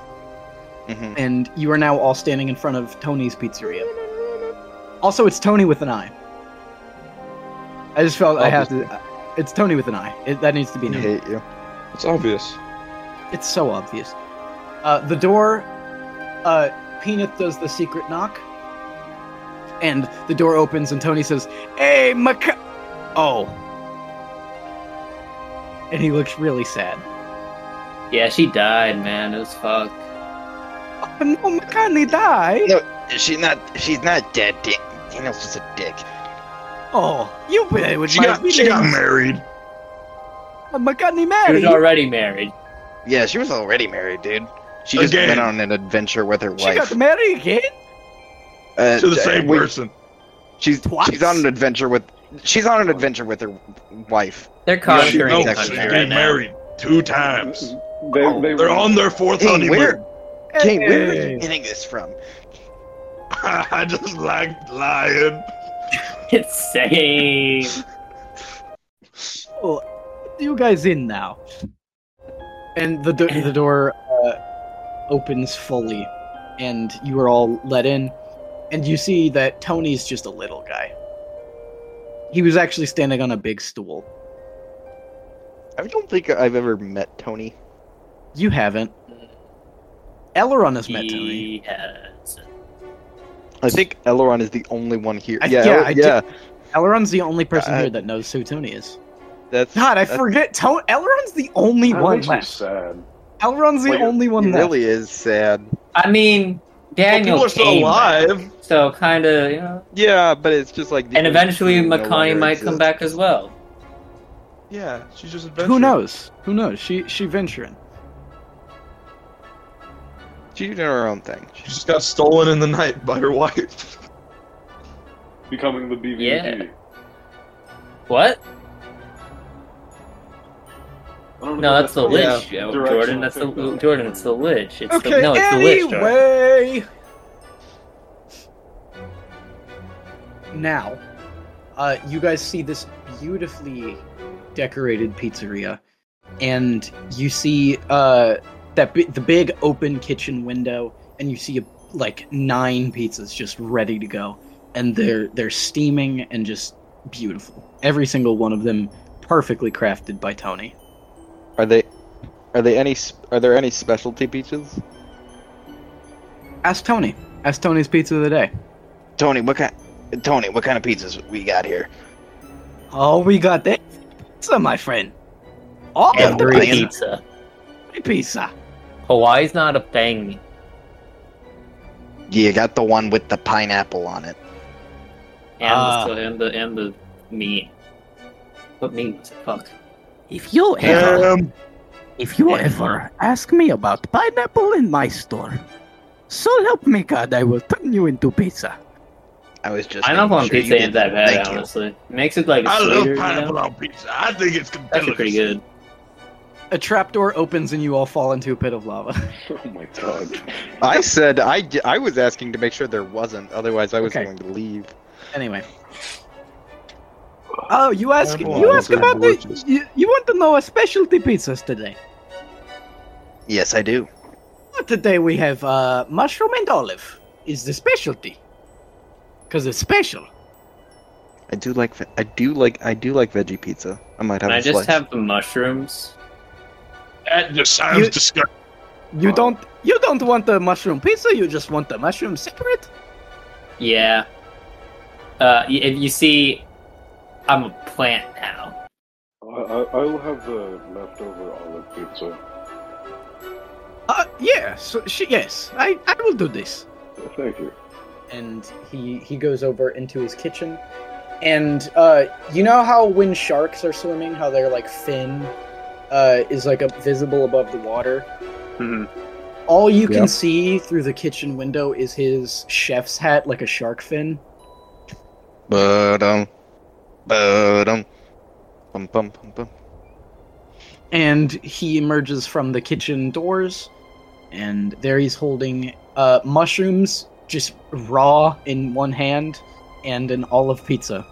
Speaker 2: Mm-hmm.
Speaker 1: and you are now all standing in front of Tony's pizzeria. Also, it's Tony with an eye. I just felt I have to. uh, It's Tony with an eye. It, that needs to be
Speaker 2: I
Speaker 1: known.
Speaker 2: hate you.
Speaker 9: It's obvious.
Speaker 1: It's so obvious. Uh, the door. Uh, Peanut does the secret knock, and the door opens, and Tony says, "Hey, Mac." Oh. And he looks really sad.
Speaker 4: Yeah, she died, man. It was fucked.
Speaker 1: Oh, no, Makani die.
Speaker 2: She's not. She's not dead. Dan- Daniel's just a dick.
Speaker 1: Oh, you play with
Speaker 5: She
Speaker 1: my
Speaker 5: got, she got married.
Speaker 1: Makani
Speaker 4: She was
Speaker 1: married.
Speaker 4: already married.
Speaker 2: Yeah, she was already married, dude. She just
Speaker 5: Again.
Speaker 2: went on an adventure with her
Speaker 1: She
Speaker 2: wife.
Speaker 1: got married again.
Speaker 2: Uh,
Speaker 5: To the
Speaker 2: uh,
Speaker 5: same
Speaker 2: we-
Speaker 5: person.
Speaker 2: She's
Speaker 1: Twice?
Speaker 2: she's on an adventure with she's on an adventure with her wife.
Speaker 4: They're
Speaker 5: No,
Speaker 4: conquering
Speaker 5: she, no,
Speaker 4: the
Speaker 2: Contrary
Speaker 5: she's
Speaker 2: exactly.
Speaker 4: country right
Speaker 5: getting
Speaker 4: now.
Speaker 5: married two times.
Speaker 3: Mm-hmm. They,
Speaker 2: Oh,
Speaker 3: they,
Speaker 5: They're on their fourth
Speaker 2: Hey, where,
Speaker 5: honeymoon.
Speaker 2: hey, where are
Speaker 1: Hey.
Speaker 2: you getting this from?
Speaker 5: I just like lying.
Speaker 4: It's same.
Speaker 1: Well, you guys in now. And the do- the door uh, opens fully, and you are all let in, and you see that Tony's just a little guy. He was actually standing on a big stool.
Speaker 2: I don't think I've ever met Tony.
Speaker 1: You haven't. Elron has met Tony.
Speaker 4: He has.
Speaker 2: I think Elrond is the only one here.
Speaker 1: I-
Speaker 2: yeah,
Speaker 1: yeah,
Speaker 2: El-
Speaker 1: I
Speaker 2: yeah.
Speaker 1: Elron's the only person
Speaker 2: I-
Speaker 1: here that knows who Tony is.
Speaker 2: That's
Speaker 1: God, I
Speaker 2: that's-
Speaker 1: forget. Tony. Elron's the only
Speaker 3: that
Speaker 1: one
Speaker 3: makes me
Speaker 1: left.
Speaker 3: sad.
Speaker 1: Elron's the
Speaker 2: Wait,
Speaker 1: only one
Speaker 2: It
Speaker 1: left.
Speaker 2: really is sad.
Speaker 4: I mean, Daniel
Speaker 9: people are still
Speaker 4: came back,
Speaker 9: alive.
Speaker 4: so kind of, you know.
Speaker 2: Yeah, but it's just like. the
Speaker 4: And eventually,
Speaker 2: no
Speaker 4: Makai
Speaker 2: longer
Speaker 4: might
Speaker 2: exists.
Speaker 4: come back as well.
Speaker 9: Yeah, she's just adventurous.
Speaker 1: Who knows? Who knows? She she venturing.
Speaker 2: She did her own thing.
Speaker 9: She just got stolen in the night by her wife.
Speaker 3: Becoming the BBB.
Speaker 4: Yeah. What?
Speaker 3: I don't know
Speaker 4: No,
Speaker 3: if
Speaker 4: that's the
Speaker 3: how
Speaker 9: Yeah.
Speaker 4: lich, Joe-
Speaker 3: direction
Speaker 4: Jordan.
Speaker 3: I
Speaker 4: That's the
Speaker 3: think that-
Speaker 4: Jordan. It's the lich. It's
Speaker 1: Okay.
Speaker 4: the, no, it's the lich. Jordan.
Speaker 1: anyway, now, uh, you guys see this beautifully decorated pizzeria, and you see uh, that bi- the big open kitchen window, and you see like nine pizzas just ready to go, and they're they're steaming and just beautiful. Every single one of them perfectly crafted by Tony.
Speaker 2: Are they? Are they any? s- Are there any specialty peaches?
Speaker 1: Ask Tony. Ask Tony's pizza of the day.
Speaker 2: Tony, what kind? Tony, what kind of pizzas we got here?
Speaker 1: Oh, we got that pizza, my friend. All of
Speaker 4: Every
Speaker 1: the
Speaker 2: Hawaiian.
Speaker 1: pizza.
Speaker 4: pizza.
Speaker 1: pizza.
Speaker 4: Hawaii's not a thing.
Speaker 2: You got the one with the pineapple on it.
Speaker 4: And,
Speaker 1: Ah.
Speaker 4: the, and the and the meat. What meat? was it? Fuck.
Speaker 1: If you
Speaker 5: Um,
Speaker 1: if you ever ask me about pineapple in my store, so help me God, I will turn you into pizza.
Speaker 2: I was just. making
Speaker 4: Pineapple on
Speaker 2: sure you
Speaker 4: pizza ain't
Speaker 2: didn't-
Speaker 4: that bad,
Speaker 2: Thank you.
Speaker 4: honestly. Makes it like
Speaker 5: I
Speaker 4: sweeter,
Speaker 5: love
Speaker 4: you know?
Speaker 5: pineapple on pizza. I think it's
Speaker 4: That's actually pretty
Speaker 5: compelling.
Speaker 4: good.
Speaker 1: A trapdoor opens and you all fall into a pit of lava.
Speaker 3: Oh my god.
Speaker 2: I said I, d- I was asking to make sure there wasn't. Otherwise, I was
Speaker 1: Okay.
Speaker 2: going to leave.
Speaker 1: anyway. Oh, you ask
Speaker 9: Pineapple
Speaker 1: you
Speaker 9: on
Speaker 1: ask
Speaker 9: pizza
Speaker 1: about
Speaker 9: is
Speaker 1: the
Speaker 9: delicious.
Speaker 1: you, you want to know our specialty pizzas today.
Speaker 2: Yes, I do.
Speaker 1: Today we have uh, mushroom and olive is the specialty. Cause it's special.
Speaker 2: I do like. ve- I do like. I do like veggie pizza. I might have.
Speaker 4: Can
Speaker 2: a
Speaker 4: I just
Speaker 2: slice.
Speaker 4: have the mushrooms?
Speaker 5: That just sounds
Speaker 1: You-
Speaker 5: disgusting.
Speaker 1: You don't you don't want the mushroom pizza, you just want the mushroom separate?
Speaker 4: Yeah. Uh, y- if you see, I'm a plant now.
Speaker 3: I, I, I'll have the leftover olive pizza.
Speaker 1: Uh yeah, so she, yes, I, I will do this.
Speaker 3: Well, thank you.
Speaker 1: And he he goes over into his kitchen. And uh you know how when sharks are swimming, how their like fin uh is like up visible above the water? Mm-hmm. All you
Speaker 2: Yeah.
Speaker 1: can see through the kitchen window is his chef's hat like a shark fin.
Speaker 2: But um, but um, bum bum bum bum.
Speaker 1: and he emerges from the kitchen doors and there he's holding uh, mushrooms just raw in one hand and an olive pizza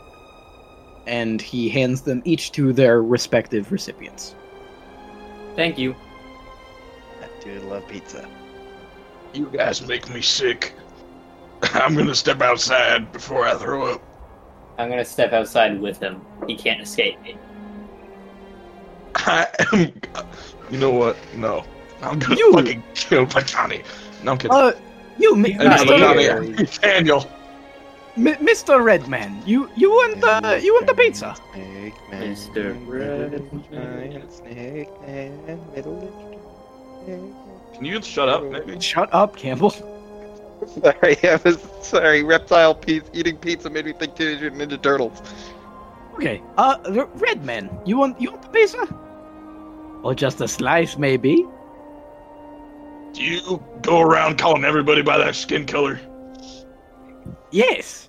Speaker 1: and he hands them each to their respective recipients
Speaker 4: Thank you.
Speaker 2: I do love pizza.
Speaker 5: You guys make me sick. I'm gonna step outside before I throw up.
Speaker 4: I'm gonna step outside with him. He can't escape me.
Speaker 9: I am. You know what? No. I'm gonna
Speaker 1: You-
Speaker 9: fucking kill Patani. No, I'm
Speaker 4: Oh,
Speaker 9: kidding.
Speaker 1: uh you mi-
Speaker 9: And
Speaker 4: not
Speaker 1: mr.
Speaker 4: you.
Speaker 1: Red-
Speaker 9: Patani, Daniel.
Speaker 1: Mi- mr redman you you want the you want the pizza
Speaker 2: Snake man,
Speaker 4: Mr. Red Man.
Speaker 2: Snake man, middle
Speaker 9: Can you shut up? Maybe.
Speaker 1: shut up campbell
Speaker 2: Sorry, I was sorry. Reptile pizza, eating pizza made me think Teenage Mutant Ninja Turtles.
Speaker 1: okay uh the redman you want you want the pizza or just a slice maybe
Speaker 5: Do you go around calling everybody by their skin color?
Speaker 1: yes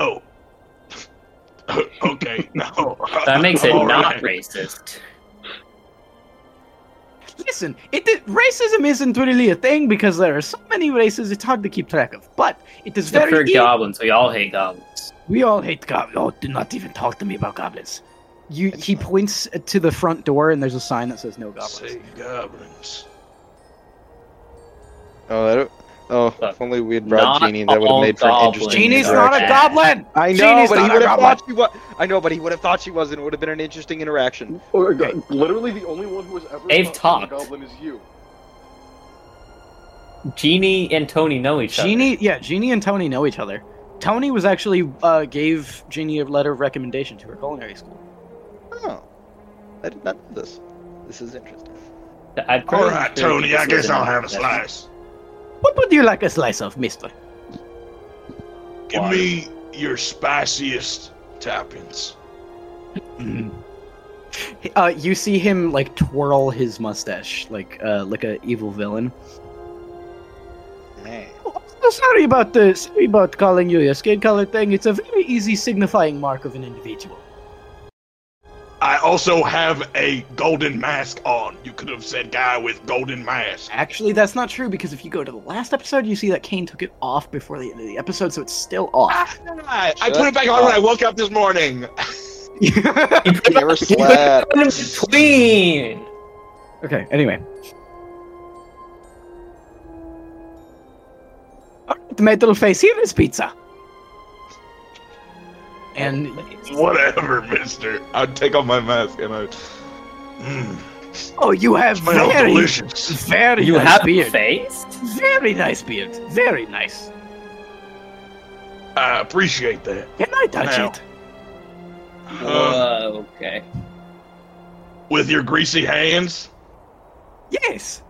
Speaker 5: Oh. okay, no.
Speaker 4: That makes it
Speaker 5: All
Speaker 4: not
Speaker 5: right.
Speaker 4: racist.
Speaker 1: Listen, it, it racism isn't really a thing because there are so many races; it's hard to keep track of. But it is
Speaker 4: Except for
Speaker 1: very. e-
Speaker 4: goblins, we all hate goblins.
Speaker 1: we all hate goblins. Oh, do not even talk to me about goblins. You, he points to the front door, and there's a sign that says "No Goblins."
Speaker 5: Say goblins.
Speaker 2: Oh, I don't, oh,
Speaker 4: Look,
Speaker 2: if only we had brought
Speaker 4: not
Speaker 2: Genie, that would have
Speaker 4: all
Speaker 2: made for an interesting.
Speaker 4: goblins
Speaker 1: Genie's
Speaker 4: are
Speaker 1: not a
Speaker 4: bad.
Speaker 1: goblin.
Speaker 2: I know,
Speaker 1: Genie's
Speaker 2: but he
Speaker 1: not a
Speaker 2: would have
Speaker 1: goblin.
Speaker 2: thought she was. I know, but he would have thought she was, and it would have been an interesting interaction.
Speaker 3: Oh my god. Literally the only one who has ever
Speaker 4: They've
Speaker 3: thought of a
Speaker 4: talked.
Speaker 3: goblin is you.
Speaker 4: Genie and Tony know each other.
Speaker 1: Genie, yeah, Genie and Tony know each other. Tony was actually uh, gave Genie a letter of recommendation to her culinary school.
Speaker 2: Oh, I did not know this. This is interesting.
Speaker 4: I'd
Speaker 5: All
Speaker 4: probably
Speaker 5: right,
Speaker 4: sure
Speaker 5: Tony.
Speaker 4: this
Speaker 5: I guess
Speaker 4: wasn't
Speaker 5: I'll have a
Speaker 4: that-
Speaker 5: slice.
Speaker 1: What would you like a slice of, Mister?
Speaker 5: Give
Speaker 4: Water.
Speaker 5: me your spiciest toppings.
Speaker 1: Uh, you see him like twirl his mustache, like uh, like a evil villain.
Speaker 2: Man.
Speaker 1: Oh, so sorry about the sorry about calling you your skin color thing. It's a very easy signifying mark of an individual.
Speaker 5: I also have a golden mask on. You could have said guy with golden mask.
Speaker 1: Actually, that's not true because if you go to the last episode, you see that Kane took it off before the end of the episode, so it's still off.
Speaker 5: I, I put it back on when I woke up this morning.
Speaker 1: Ah.
Speaker 2: Never slap.
Speaker 4: In between.
Speaker 1: okay. Anyway. All right, metal face, here is pizza. And
Speaker 5: Whatever, mister. I take off my mask and I. Mm,
Speaker 1: oh, you have
Speaker 5: smell
Speaker 1: very,
Speaker 5: delicious.
Speaker 1: very
Speaker 4: you
Speaker 1: nice
Speaker 4: have
Speaker 1: beard.
Speaker 4: face?
Speaker 1: Very nice beard. Very nice.
Speaker 5: I appreciate that.
Speaker 1: Can I touch
Speaker 5: Now.
Speaker 1: it?
Speaker 5: Uh,
Speaker 4: Whoa, Oh, okay.
Speaker 5: with your greasy hands,
Speaker 1: Yes.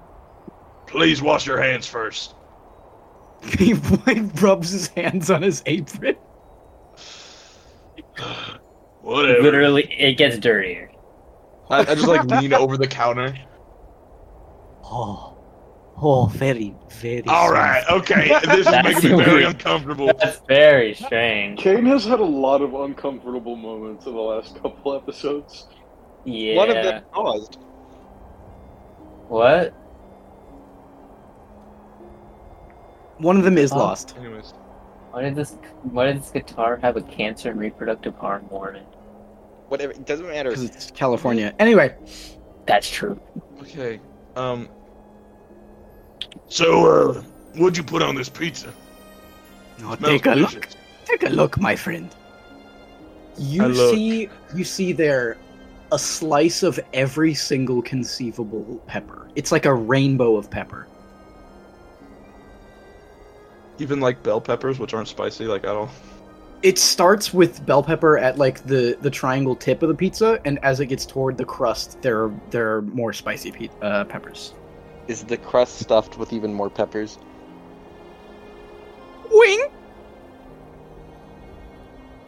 Speaker 5: please wash your hands first.
Speaker 1: He rubs his hands on his apron.
Speaker 5: Whatever.
Speaker 4: Literally, it gets dirtier.
Speaker 9: I, I just like lean over the counter.
Speaker 1: Oh, oh, very, very.
Speaker 5: All right. Okay. This is
Speaker 4: That's
Speaker 5: making me very
Speaker 4: weird.
Speaker 5: uncomfortable.
Speaker 4: That's very strange.
Speaker 3: Kane has had a lot of uncomfortable moments in the last couple episodes.
Speaker 4: Yeah.
Speaker 2: One of them paused.
Speaker 4: What?
Speaker 1: One of them is
Speaker 4: Oh.
Speaker 1: lost.
Speaker 9: Anyways,
Speaker 4: Why did this? Why did this guitar have a cancer and reproductive harm warning?
Speaker 2: Whatever. It doesn't matter.
Speaker 1: because it's California. Anyway,
Speaker 4: That's true.
Speaker 9: okay. Um,
Speaker 5: So, uh, what'd you put on this pizza?
Speaker 1: no,
Speaker 5: Smells
Speaker 1: take a look.
Speaker 5: delicious.
Speaker 1: Take a look, my friend.
Speaker 9: I
Speaker 1: You
Speaker 9: look.
Speaker 1: see, you see there a slice of every single conceivable pepper. It's like a rainbow of pepper.
Speaker 9: even like bell peppers, which aren't spicy, like at all.
Speaker 1: It starts with bell pepper at like the the triangle tip of the pizza, and as it gets toward the crust, there are, there are more spicy pe- uh, peppers.
Speaker 2: Is the crust stuffed with even more peppers?
Speaker 1: Wing.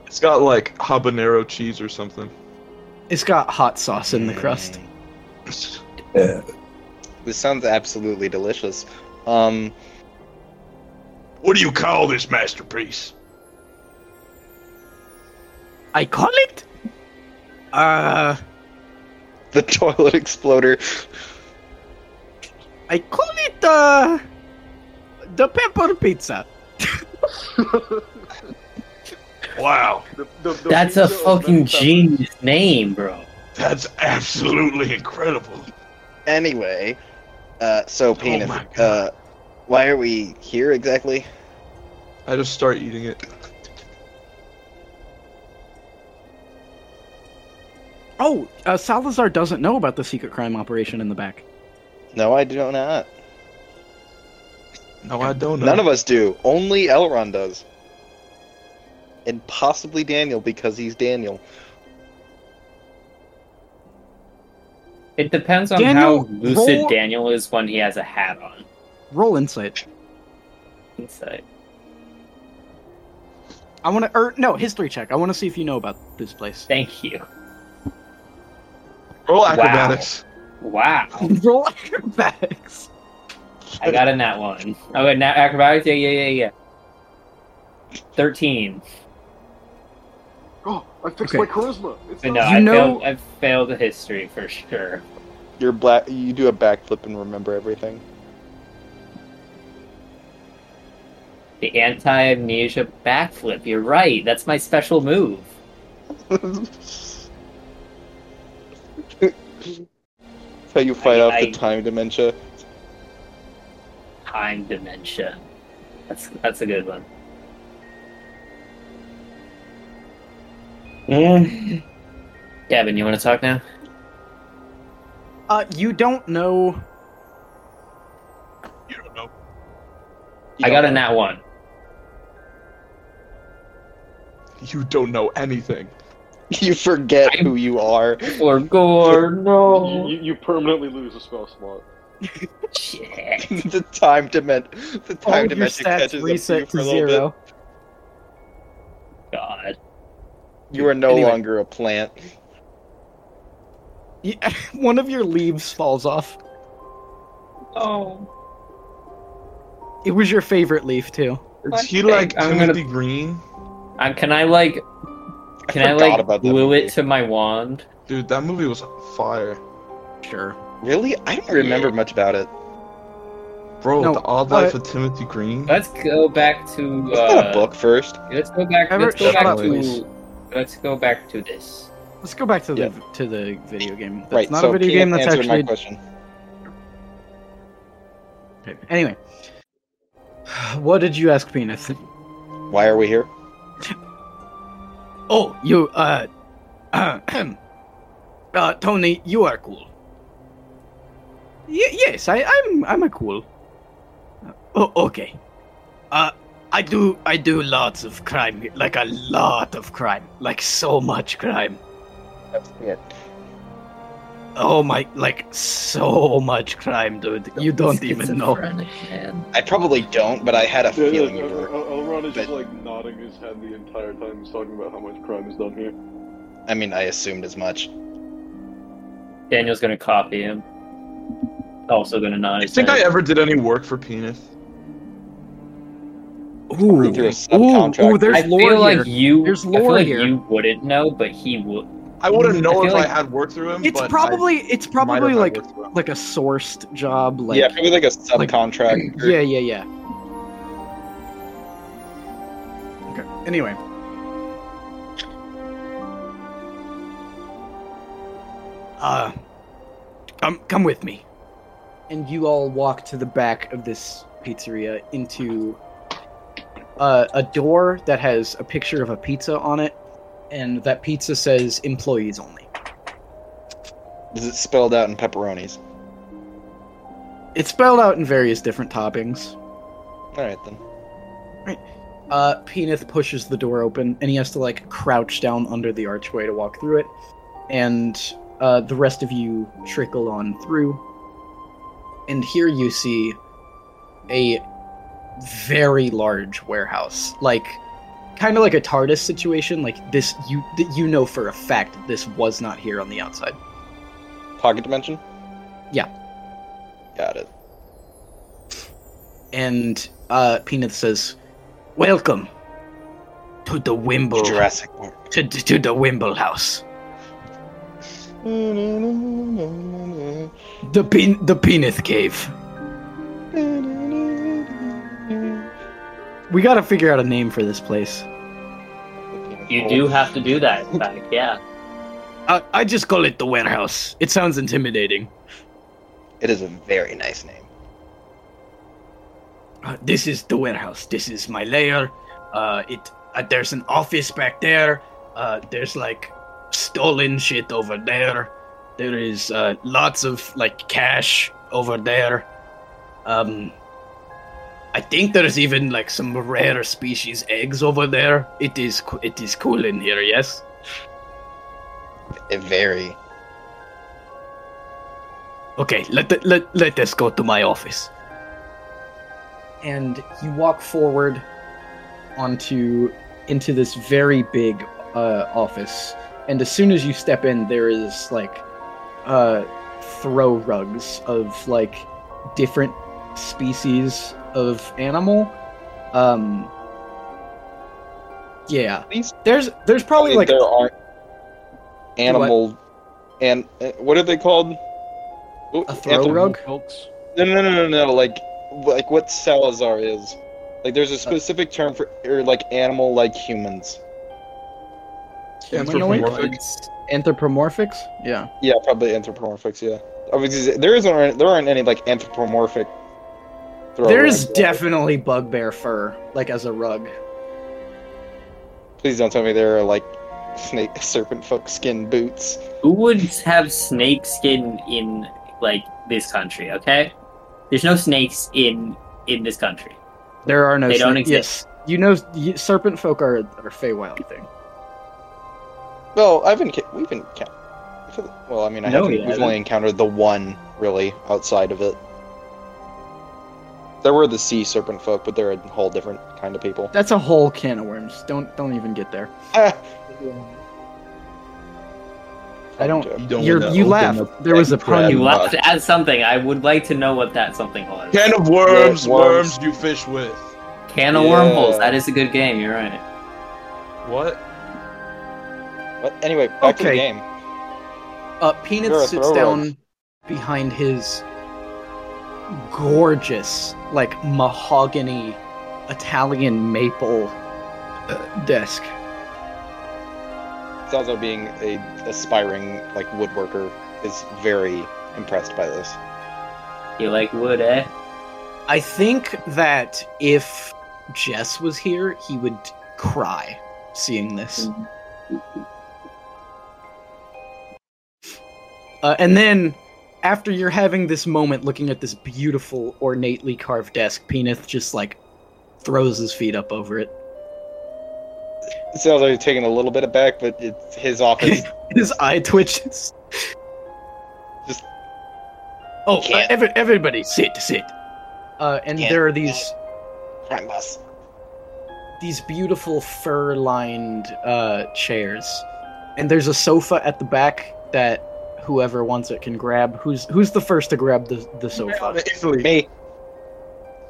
Speaker 9: It's got like habanero cheese or something.
Speaker 1: It's got hot sauce
Speaker 4: Mm.
Speaker 1: in the crust.
Speaker 2: This sounds absolutely delicious. Um,
Speaker 5: What do you call this masterpiece?
Speaker 1: I call it. Uh,
Speaker 2: the toilet exploder.
Speaker 1: I call it uh, the pepper pizza.
Speaker 5: Wow,
Speaker 3: The- the- the
Speaker 4: That's a
Speaker 3: pizza of
Speaker 4: fucking
Speaker 3: many peppers.
Speaker 4: genius name, bro.
Speaker 5: that's absolutely incredible.
Speaker 2: Anyway, uh, so peanut.
Speaker 5: my God.
Speaker 2: uh, why are we here exactly?
Speaker 9: I just start eating it.
Speaker 1: Oh, uh, Salazar doesn't know about the secret crime operation in the back.
Speaker 2: No, I do not.
Speaker 9: No, I don't. Know.
Speaker 2: None of us do. Only Elrond does. And possibly Daniel because he's Daniel.
Speaker 4: It depends on
Speaker 1: Daniel,
Speaker 4: how lucid
Speaker 1: roll-
Speaker 4: Daniel is when he has a hat on.
Speaker 1: Roll insight.
Speaker 4: Inside.
Speaker 1: I want to, or no, history check. I want to see if you know about this place.
Speaker 4: Thank you.
Speaker 9: roll acrobatics.
Speaker 4: Wow.
Speaker 1: Roll acrobatics.
Speaker 4: I got in that one. Oh, and now acrobatics. Yeah, yeah, yeah, yeah. Thirteen.
Speaker 3: Oh, I fixed
Speaker 1: Okay.
Speaker 3: my charisma. It's
Speaker 4: But
Speaker 3: not
Speaker 4: no,
Speaker 1: You
Speaker 4: I
Speaker 1: know-
Speaker 4: failed. I failed history for sure.
Speaker 2: You're black. You do a backflip and remember everything.
Speaker 4: The anti-amnesia backflip. You're right. That's my special move.
Speaker 2: That's how you fight
Speaker 4: I-
Speaker 2: off
Speaker 4: I-
Speaker 2: the time dementia.
Speaker 4: Time dementia. That's that's a good one.
Speaker 2: Eh.
Speaker 4: Gavin, you want to talk now?
Speaker 1: Uh, you don't know.
Speaker 5: You don't know.
Speaker 4: I got in that one.
Speaker 9: You don't know anything.
Speaker 2: You forget
Speaker 4: I'm-
Speaker 2: who you are.
Speaker 4: Or gore?
Speaker 3: You,
Speaker 4: No.
Speaker 3: you, you permanently lose a spell slot.
Speaker 4: Shit.
Speaker 2: the time dement. The
Speaker 1: All
Speaker 2: time
Speaker 1: your
Speaker 2: dementia
Speaker 1: stats
Speaker 2: catches up to you
Speaker 1: reset
Speaker 2: for
Speaker 1: to
Speaker 2: a little bit.
Speaker 1: zero.
Speaker 4: God.
Speaker 2: You are no
Speaker 1: Anyway.
Speaker 2: longer a plant.
Speaker 1: Yeah, one of your leaves falls off.
Speaker 4: Oh.
Speaker 1: It was your favorite leaf too.
Speaker 9: Is he
Speaker 4: Okay,
Speaker 9: like
Speaker 4: I'm gonna-
Speaker 9: Timothy Green?
Speaker 4: Uh, can I like? Can I,
Speaker 2: forgot
Speaker 4: like
Speaker 2: about that
Speaker 4: glue
Speaker 2: movie.
Speaker 4: it to my wand?
Speaker 9: Dude, that movie was fire,
Speaker 1: Sure.
Speaker 2: Really? I don't remember much about it.
Speaker 9: bro.
Speaker 1: No,
Speaker 9: the Odd
Speaker 1: but-
Speaker 9: Life of Timothy Green.
Speaker 4: Let's go back to.
Speaker 2: Is that a
Speaker 4: Uh,
Speaker 2: book first?
Speaker 4: let's go back.
Speaker 1: Ever-
Speaker 4: Let's go
Speaker 1: shut
Speaker 4: back
Speaker 1: up, please.
Speaker 4: to. Let's go back to this.
Speaker 1: Let's go back to the
Speaker 2: Yeah.
Speaker 1: to the video game. That's
Speaker 2: right.
Speaker 1: not
Speaker 2: so
Speaker 1: a video game.
Speaker 2: Keenan
Speaker 1: That's
Speaker 2: answered my
Speaker 1: actually
Speaker 2: question.
Speaker 1: anyway. What did you ask, Penis?
Speaker 2: Why are we here?
Speaker 1: Oh, you, uh, uh, uh Tony, you are cool. Y- yes, I, I'm, I'm a cool. Uh, oh, okay. Uh, I do, I do lots of crime, here, like a lot of crime, like so much crime.
Speaker 2: That's it.
Speaker 1: Oh my, like so much crime, dude. You don't even know.
Speaker 6: Schizophrenic Man.
Speaker 2: I probably don't, but I had a
Speaker 3: Yeah, yeah,
Speaker 2: feeling you
Speaker 3: El-
Speaker 2: were.
Speaker 3: El- Elrond is just
Speaker 2: but-
Speaker 3: like nodding his head the entire time he's talking about how much crime is done here.
Speaker 2: I mean, I assumed as much.
Speaker 4: Daniel's gonna copy him. Also gonna nod.
Speaker 9: I
Speaker 4: his
Speaker 9: think I
Speaker 4: head.
Speaker 9: ever did any work for Penis.
Speaker 1: Ooh,
Speaker 2: You're a
Speaker 1: ooh,
Speaker 2: subcontractor.
Speaker 1: ooh, there's
Speaker 4: I
Speaker 1: lore
Speaker 4: feel
Speaker 1: here.
Speaker 4: like you.
Speaker 1: There's
Speaker 4: I feel
Speaker 1: lore
Speaker 4: like
Speaker 1: here.
Speaker 4: you wouldn't know, but he would.
Speaker 9: I
Speaker 1: Mm,
Speaker 9: wouldn't
Speaker 4: I
Speaker 9: know
Speaker 4: feel
Speaker 9: if
Speaker 4: like-
Speaker 9: I had worked through him.
Speaker 1: It's
Speaker 9: but I
Speaker 1: probably,
Speaker 9: might
Speaker 1: it's
Speaker 9: have
Speaker 1: probably
Speaker 9: had
Speaker 1: like,
Speaker 9: worked through him.
Speaker 1: like a sourced job. Like,
Speaker 2: yeah, probably like a subcontract.
Speaker 1: Yeah, yeah, yeah. Okay. Anyway. Uh come come with me. And you all walk to the back of this pizzeria into uh, a door that has a picture of a pizza on it, and that pizza says employees only.
Speaker 2: Is it spelled out in pepperonis?
Speaker 1: It's spelled out in various different toppings.
Speaker 2: All right then.
Speaker 1: Uh, Penith pushes the door open, and he has to like crouch down under the archway to walk through it. And uh, the rest of you trickle on through. And here you see a very large warehouse, like kind of like a TARDIS situation. Like this, you th- you know for a fact that this was not here on the outside.
Speaker 2: Pocket dimension.
Speaker 1: Yeah.
Speaker 2: Got it.
Speaker 1: And uh, Penith says, "Welcome to the Wimble
Speaker 2: Jurassic Park.
Speaker 1: to, to the Wimble House." The pen- the Penith Cave. We gotta figure out a name for this place.
Speaker 4: You do have to do that. In fact, yeah.
Speaker 1: I, I just call it the warehouse. It sounds intimidating.
Speaker 2: It is a very nice name.
Speaker 1: Uh, this is the warehouse. This is my lair. Uh, it uh, there's an office back there. Uh, there's like stolen shit over there. There is uh, lots of like cash over there. Um, I think there's even like some rare species eggs over there. It is co- it is cool in here. Yes.
Speaker 2: A very.
Speaker 1: Okay, let, let, let us go to my office. And you walk forward onto into this very big uh, office. And as soon as you step in, there is like uh, throw rugs of like different species of animal. Um, yeah,
Speaker 2: These-
Speaker 1: there's there's probably like
Speaker 2: there are animal and uh, what are they called?
Speaker 1: a throw rug.
Speaker 3: Elks.
Speaker 2: No, no, no, no, no. Like, like what Salazar is. Like, there's a specific term for or like animal like humans.
Speaker 1: Humanoid?
Speaker 9: Anthropomorphic.
Speaker 1: Anthropomorphics. Yeah.
Speaker 2: Yeah, probably anthropomorphics. Yeah, I was- there isn't there aren't any like anthropomorphic. Oh,
Speaker 1: There's
Speaker 2: throwaways.
Speaker 1: definitely bugbear fur, like as a rug.
Speaker 2: Please don't tell me there are like snake serpent folk skin boots.
Speaker 4: Who would have snake skin in like this country? Okay, there's no snakes in in this country.
Speaker 1: There are no.
Speaker 4: They don't
Speaker 1: snake-
Speaker 4: exist.
Speaker 1: Yes, you know, y- serpent folk are are Feywild thing.
Speaker 2: Well, I've been ca- we've been ca- I feel- well. I mean, I
Speaker 4: No,
Speaker 2: haven't,
Speaker 4: you
Speaker 2: we've
Speaker 4: haven't.
Speaker 2: only encountered the one really outside of it. There were the sea serpent folk, but they're a whole different kind of people.
Speaker 1: That's a whole can of worms. Don't don't even get there.
Speaker 2: Ah.
Speaker 1: I don't-
Speaker 2: Joke.
Speaker 9: don't
Speaker 1: You're,
Speaker 9: wanna
Speaker 1: you
Speaker 9: open
Speaker 1: laughed.
Speaker 9: up
Speaker 1: There was a
Speaker 9: that
Speaker 1: pun.
Speaker 9: can
Speaker 4: You
Speaker 1: You
Speaker 9: of
Speaker 4: left at something. I would like to know what that something was.
Speaker 9: Can of worms,
Speaker 2: Yeah,
Speaker 9: worms
Speaker 2: worms.
Speaker 9: you fish with.
Speaker 4: Can of
Speaker 2: Yeah.
Speaker 4: wormholes. That is a good game. You're right.
Speaker 9: What?
Speaker 2: But anyway, back to the
Speaker 1: Okay.
Speaker 2: game.
Speaker 1: Uh, Peanut
Speaker 2: You're a
Speaker 1: sits
Speaker 2: throw
Speaker 1: down
Speaker 2: rug.
Speaker 1: behind his gorgeous, like mahogany Italian maple uh, desk.
Speaker 2: Salazar being a aspiring like woodworker is very impressed by this.
Speaker 4: You like wood, eh?
Speaker 1: I think that if Jess was here, he would cry seeing this. Uh, and then, after you're having this moment looking at this beautiful, ornately carved desk, Peanut just like throws his feet up over it.
Speaker 2: It sounds like he's taking a little bit of back, but it's his office.
Speaker 1: His eye twitches.
Speaker 2: Just-
Speaker 1: Oh, uh,
Speaker 2: Can't.
Speaker 1: every, everybody, sit, sit. Uh, and
Speaker 2: Can't.
Speaker 1: there are these
Speaker 2: Front bus.
Speaker 1: these beautiful fur-lined uh, chairs, and there's a sofa at the back that whoever wants it can grab. Who's who's the first to grab the the sofa?
Speaker 5: Easily.
Speaker 2: Me.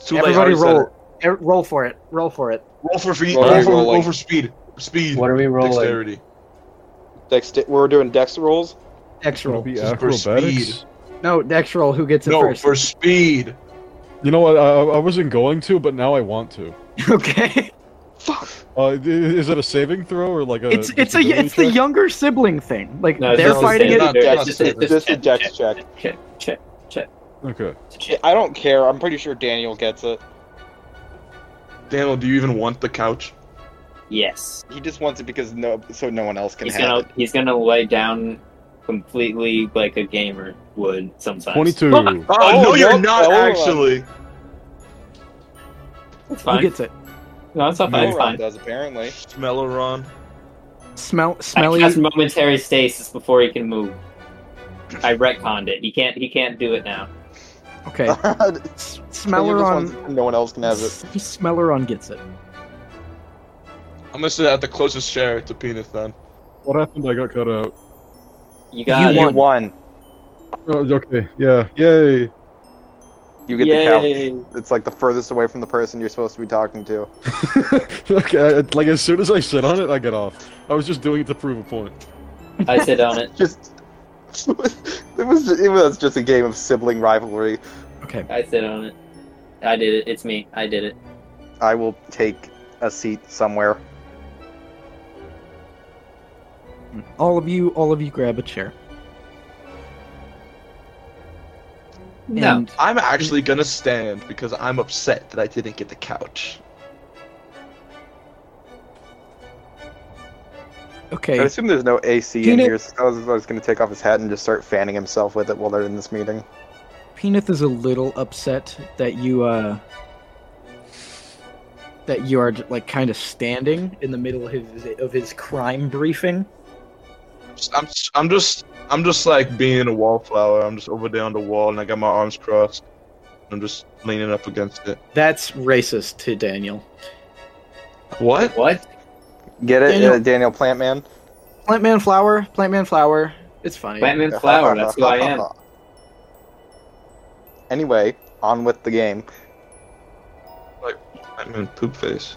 Speaker 5: Too late,
Speaker 1: Everybody
Speaker 5: already said
Speaker 1: roll,
Speaker 5: it.
Speaker 1: er, roll for it. Roll for it.
Speaker 5: Roll for feet.
Speaker 2: Roll,
Speaker 5: Roll, for,
Speaker 2: roll,
Speaker 5: roll
Speaker 2: like-
Speaker 5: for speed. Speed.
Speaker 4: What are we rolling?
Speaker 5: Dexterity.
Speaker 2: Dex. We're doing dex rolls.
Speaker 1: Dex
Speaker 9: It'll
Speaker 1: roll.
Speaker 9: be
Speaker 5: Just for
Speaker 9: acrobatics.
Speaker 5: speed.
Speaker 1: No, Dex roll. Who gets it
Speaker 5: No,
Speaker 1: first?
Speaker 5: for speed.
Speaker 9: You know what? I, I wasn't going to, but now I want to.
Speaker 1: okay.
Speaker 2: Fuck.
Speaker 9: Uh, i- is it a saving throw or like a?
Speaker 1: It's it's a
Speaker 9: disability
Speaker 1: it's the
Speaker 9: check?
Speaker 1: younger sibling thing. Like
Speaker 4: No,
Speaker 1: they're
Speaker 4: just a
Speaker 1: fighting it.
Speaker 4: standard.
Speaker 2: Dex-
Speaker 4: It's just- it's
Speaker 2: just a
Speaker 4: check,
Speaker 2: dex check.
Speaker 4: Check, check,
Speaker 9: Okay.
Speaker 4: check.
Speaker 2: I don't care. I'm pretty sure Daniel gets it.
Speaker 5: Daniel, do you even want the couch?
Speaker 4: Yes.
Speaker 2: He just wants it because no, so no one else can
Speaker 4: He's
Speaker 2: have
Speaker 4: gonna
Speaker 2: it.
Speaker 4: he's gonna lay down completely like a gamer would sometimes.
Speaker 9: Twenty-two.
Speaker 5: Oh,
Speaker 2: Oh,
Speaker 5: no, you're
Speaker 2: nope.
Speaker 5: not
Speaker 2: Oh,
Speaker 5: actually.
Speaker 4: It's
Speaker 1: Who
Speaker 4: fine.
Speaker 1: gets it?
Speaker 4: no, it's all fine. It's
Speaker 2: Elrond
Speaker 4: fine.
Speaker 2: does apparently.
Speaker 5: Smell Ron.
Speaker 1: Smell
Speaker 4: I
Speaker 1: smelly.
Speaker 4: cast momentary stasis before he can move. I retconned it. He can't. He can't do it now.
Speaker 1: Okay. S-
Speaker 2: Daniel just
Speaker 1: Smelleron.
Speaker 2: wants it, No one else can have it.
Speaker 1: S- Smelleron gets it.
Speaker 5: I'm gonna sit at the closest chair to Penis then.
Speaker 9: What happened? I got cut out.
Speaker 4: You got
Speaker 1: You
Speaker 4: it.
Speaker 1: won.
Speaker 2: You won.
Speaker 9: Oh, okay. Yeah. Yay.
Speaker 2: You get the couch.
Speaker 4: Yay.
Speaker 2: It's like the furthest away from the person you're supposed to be talking to.
Speaker 9: okay. I, like as soon as I sit on it, I get off. I was just doing it to prove a point.
Speaker 4: I sit on it.
Speaker 2: Just. It was it was just a game of sibling rivalry.
Speaker 1: Okay.
Speaker 4: I sit on it. I did it. It's me. I did it.
Speaker 2: I will take a seat somewhere.
Speaker 1: All of you, all of you, grab a chair.
Speaker 4: No.
Speaker 1: And
Speaker 5: I'm actually gonna stand because I'm upset that I didn't get the couch.
Speaker 2: I
Speaker 1: okay,
Speaker 2: assume there's no AC
Speaker 1: Peanut-
Speaker 2: in here, so I was, I was going to take off his hat and just start fanning himself with it while they're in this meeting.
Speaker 1: Peanut is a little upset that you uh that you are like kind of standing in the middle of his of his crime briefing.
Speaker 5: I'm, I'm just I'm just like being a wallflower. I'm just over there on the wall and I got my arms crossed. I'm just leaning up against it.
Speaker 1: That's racist to Daniel.
Speaker 5: What?
Speaker 4: What?
Speaker 2: Get it,
Speaker 1: Daniel-
Speaker 2: Daniel, uh, Daniel Plantman?
Speaker 1: Plant man flower, plant man flower. It's funny.
Speaker 4: Batman Flower. That's who I am.
Speaker 2: Anyway, on with the game.
Speaker 5: I'm in poop face.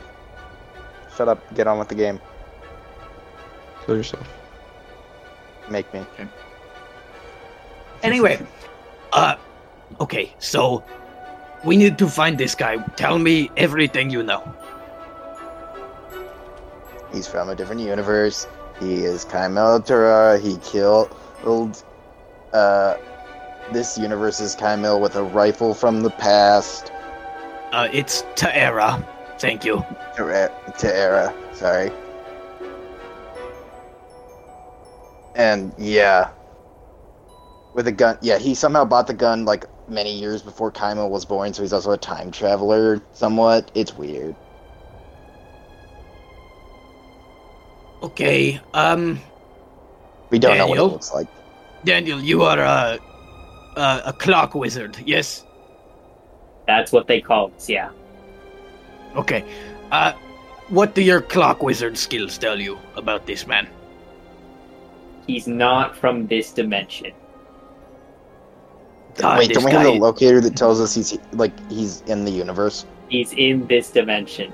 Speaker 2: Shut up, get on with the game.
Speaker 5: Kill yourself.
Speaker 2: Make me.
Speaker 1: Anyway, uh, okay, so we need to find this guy. Tell me everything you know.
Speaker 2: He's from a different universe. He is Chimeltera. He killed uh, this universe's Chimel with a rifle from the past.
Speaker 1: Uh, it's Taera. Thank you.
Speaker 2: Terra, sorry. And yeah, with a gun. Yeah, he somehow bought the gun like many years before Kaima was born, so he's also a time traveler. Somewhat, it's weird.
Speaker 1: Okay, um,
Speaker 2: We don't know what
Speaker 1: Daniel?
Speaker 2: it looks like.
Speaker 1: Daniel, you are a, a, a clock wizard, yes?
Speaker 4: That's what they call us. Yeah.
Speaker 1: Okay. Uh, what do your clock wizard skills tell you about this man?
Speaker 4: He's not from this dimension.
Speaker 1: God,
Speaker 2: Wait,
Speaker 1: Ah, this
Speaker 2: don't we have a
Speaker 1: guy-
Speaker 2: locator that tells us he's like he's in the universe?
Speaker 4: He's in this dimension.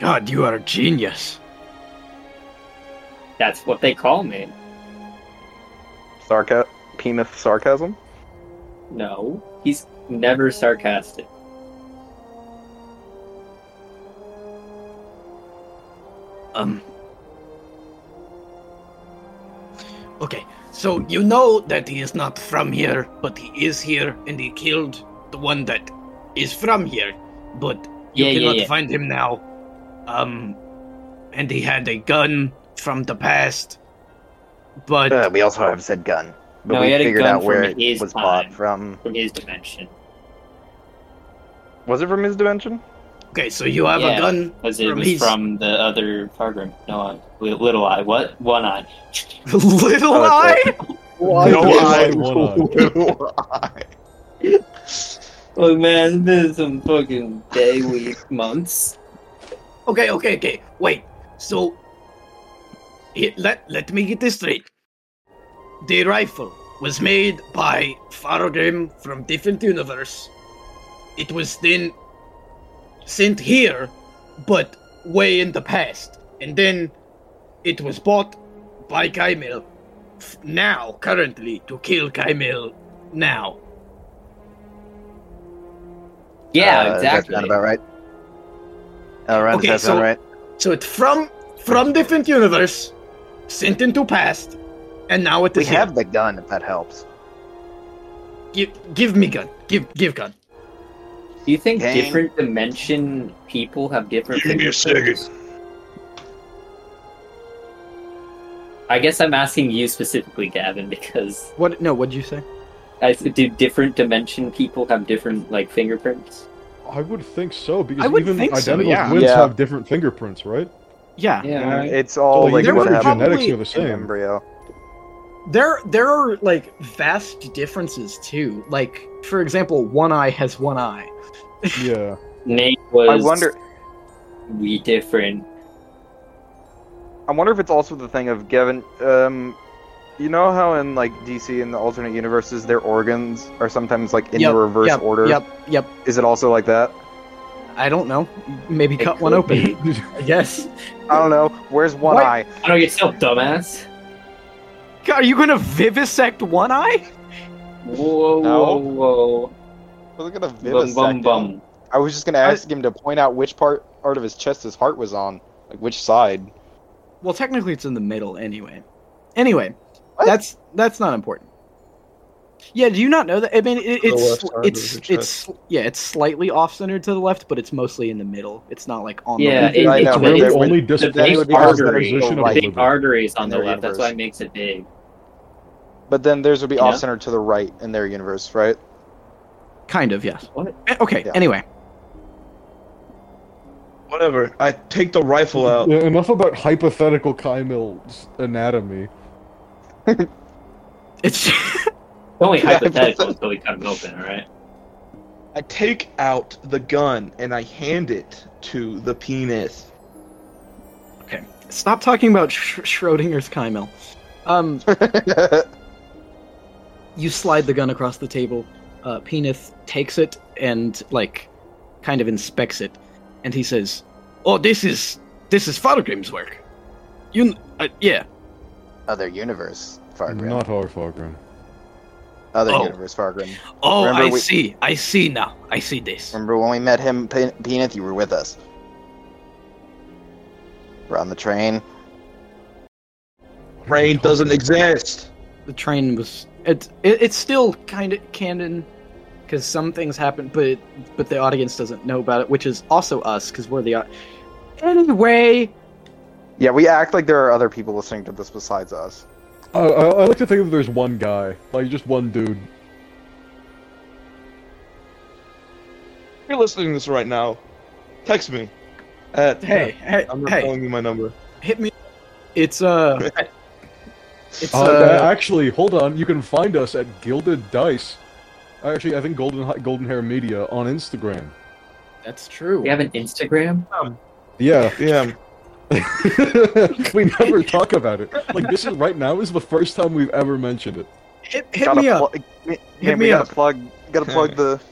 Speaker 1: God, you are a genius.
Speaker 4: That's what they call me.
Speaker 2: Sarca, Pemoth sarcasm.
Speaker 4: No, he's never sarcastic.
Speaker 1: Um. Okay, so you know that he is not from here, but he is here, and he killed the one that is from here. But you
Speaker 4: Yeah, yeah,
Speaker 1: cannot
Speaker 4: yeah.
Speaker 1: find him now. Um, and he had a gun from the past, but
Speaker 2: Uh, we also have said gun, but
Speaker 4: No,
Speaker 2: we
Speaker 4: he had a
Speaker 2: figured
Speaker 4: gun
Speaker 2: out where
Speaker 4: from his
Speaker 2: it was bought
Speaker 4: time.
Speaker 2: from.
Speaker 4: from his dimension.
Speaker 2: Was it from his dimension?
Speaker 1: okay. So you have
Speaker 4: Yeah.
Speaker 1: a gun
Speaker 4: Because it
Speaker 1: From
Speaker 4: was
Speaker 1: his-
Speaker 4: from the other program. No, eye. Li- little eye. What? One eye.
Speaker 1: Little
Speaker 2: Oh,
Speaker 1: eye?
Speaker 2: that's
Speaker 5: Why
Speaker 9: No
Speaker 5: did
Speaker 9: eye,
Speaker 5: I-
Speaker 2: Little eye.
Speaker 4: Oh man, it's been some fucking day, week, months.
Speaker 1: Okay, okay, okay. Wait. So, it, let let me get this straight. The rifle was made by Farogrim from different universe. It was then sent here, but way in the past, and then it was bought by Kaimil f- now, currently, to kill Kaimil now.
Speaker 4: Yeah,
Speaker 2: Uh,
Speaker 4: exactly.
Speaker 2: That sound about right. Uh, Ron,
Speaker 1: Okay,
Speaker 2: does that sound
Speaker 1: so-
Speaker 2: right?
Speaker 1: So it's from from different universe, sent into past, and now it
Speaker 2: We
Speaker 1: is here.
Speaker 2: have the gun, if that helps.
Speaker 1: Give, give me gun. Give, give gun.
Speaker 4: Do you think
Speaker 2: Dang.
Speaker 4: different dimension people have different?
Speaker 5: Give me a
Speaker 4: fingerprints? I guess I'm asking you specifically, Gavin, because
Speaker 1: What? No. What did you say?
Speaker 4: I s- do different dimension people have different like fingerprints?
Speaker 9: I would think so because
Speaker 1: I would
Speaker 9: even
Speaker 1: think so,
Speaker 9: identical
Speaker 1: yeah.
Speaker 9: twins
Speaker 2: Yeah.
Speaker 9: have different fingerprints, right?
Speaker 1: Yeah.
Speaker 4: Yeah, right.
Speaker 2: It's all
Speaker 3: Oh.
Speaker 9: so
Speaker 2: Oh, like
Speaker 1: there
Speaker 9: even
Speaker 2: what
Speaker 1: were
Speaker 9: their
Speaker 2: happened
Speaker 9: genetics
Speaker 1: probably-
Speaker 9: are the
Speaker 2: in
Speaker 9: same.
Speaker 2: embryo.
Speaker 1: There, there are like vast differences too. Like, for example, one eye has one eye.
Speaker 9: Yeah.
Speaker 4: Nate was.
Speaker 2: I wonder.
Speaker 4: We different.
Speaker 2: I wonder if it's also the thing of Gavin. Um, you know how in like DC in the alternate universes, their organs are sometimes like in
Speaker 1: Yep,
Speaker 2: the reverse
Speaker 1: yep,
Speaker 2: order.
Speaker 1: Yep. Yep.
Speaker 2: Is it also like that?
Speaker 1: I don't know. Maybe
Speaker 4: It
Speaker 1: cut one
Speaker 4: could
Speaker 1: open.
Speaker 9: be.
Speaker 1: I guess.
Speaker 2: I don't know. Where's one
Speaker 1: What?
Speaker 2: eye?
Speaker 4: I know yourself, dumbass.
Speaker 1: Are you gonna vivisect one eye?
Speaker 4: Whoa,
Speaker 2: No.
Speaker 4: whoa,
Speaker 2: Look at the
Speaker 4: whoa! Bum, bum, bum.
Speaker 2: I was just gonna ask him to point out which part part of his chest his heart was on, like which side.
Speaker 1: Well, technically, it's in the middle anyway. Anyway,
Speaker 2: What?
Speaker 1: that's that's not important. Yeah, do you not know that? I mean, it,
Speaker 5: The
Speaker 1: it's
Speaker 5: left side of
Speaker 1: it's
Speaker 5: the chest.
Speaker 1: it's yeah, it's slightly off centered to the left, but it's mostly in the middle. It's not like on
Speaker 4: Yeah,
Speaker 1: the
Speaker 4: it-
Speaker 2: I
Speaker 4: it's
Speaker 2: know, but
Speaker 4: really
Speaker 9: really
Speaker 2: there would-
Speaker 9: only
Speaker 4: big
Speaker 9: displays
Speaker 2: would be
Speaker 9: our
Speaker 2: artery,
Speaker 9: position
Speaker 2: like-
Speaker 9: of the
Speaker 4: Big
Speaker 9: liver.
Speaker 4: arteries on
Speaker 2: In
Speaker 4: the
Speaker 2: their
Speaker 4: left. That's
Speaker 2: universe.
Speaker 4: why it makes it big.
Speaker 2: But then theirs would be
Speaker 4: Yeah.
Speaker 2: off center to the right in their universe, right?
Speaker 1: kind of yes.
Speaker 4: What?
Speaker 1: Eh, Okay.
Speaker 2: Yeah.
Speaker 1: Anyway,
Speaker 5: Whatever. I take the rifle out.
Speaker 9: Yeah, enough about hypothetical Kymil's anatomy.
Speaker 1: it's
Speaker 4: It's only
Speaker 2: Yeah,
Speaker 4: hypothetical
Speaker 2: but-
Speaker 4: until we cut them open, alright?
Speaker 5: I take out the gun and I hand it to the penis.
Speaker 1: stop talking about Sch- Schrodinger's Kymel. Um, you slide the gun across the table. Uh, Penis takes it and like, kind of inspects it, and he says, "Oh, this is this is Fargrim's work. You, kn- uh, yeah,
Speaker 2: Other universe, Fargrim.
Speaker 9: Not our Fargrim.
Speaker 2: Other
Speaker 1: Oh.
Speaker 2: universe, Fargrim.
Speaker 1: Oh,
Speaker 2: Remember
Speaker 1: I
Speaker 2: we-
Speaker 1: see. I see now. I see this.
Speaker 2: Remember when we met him, Pe- Peanut? You were with us. We're on the train.
Speaker 5: Rain doesn't exist.
Speaker 1: The train was. It, it it's still kind of canon, because some things happen, but it, but the audience doesn't know about it, which is also us, because we're the. au- Anyway,
Speaker 2: Yeah, we act like there are other people listening to this besides us.
Speaker 9: I, I, I like to think that there's one guy, like just one dude.
Speaker 5: If you're listening to this right now, text me. At,
Speaker 1: hey, hey,
Speaker 5: I'm not
Speaker 1: hey,
Speaker 5: telling you my number.
Speaker 1: hit me. It's uh. It's
Speaker 9: Uh,
Speaker 1: uh.
Speaker 9: actually, hold on. You can find us at Gilded Dice. Actually, I think Golden Golden Hair Media on Instagram.
Speaker 1: That's true.
Speaker 4: We have an Instagram?
Speaker 9: Yeah,
Speaker 5: Yeah.
Speaker 9: we never talk about it. Like this is right now is the first time we've ever mentioned it.
Speaker 1: Hit, hit
Speaker 2: Gotta
Speaker 1: me up.
Speaker 2: plu- man, we
Speaker 1: me
Speaker 2: gotta
Speaker 1: up.
Speaker 2: plug. Gotta plug the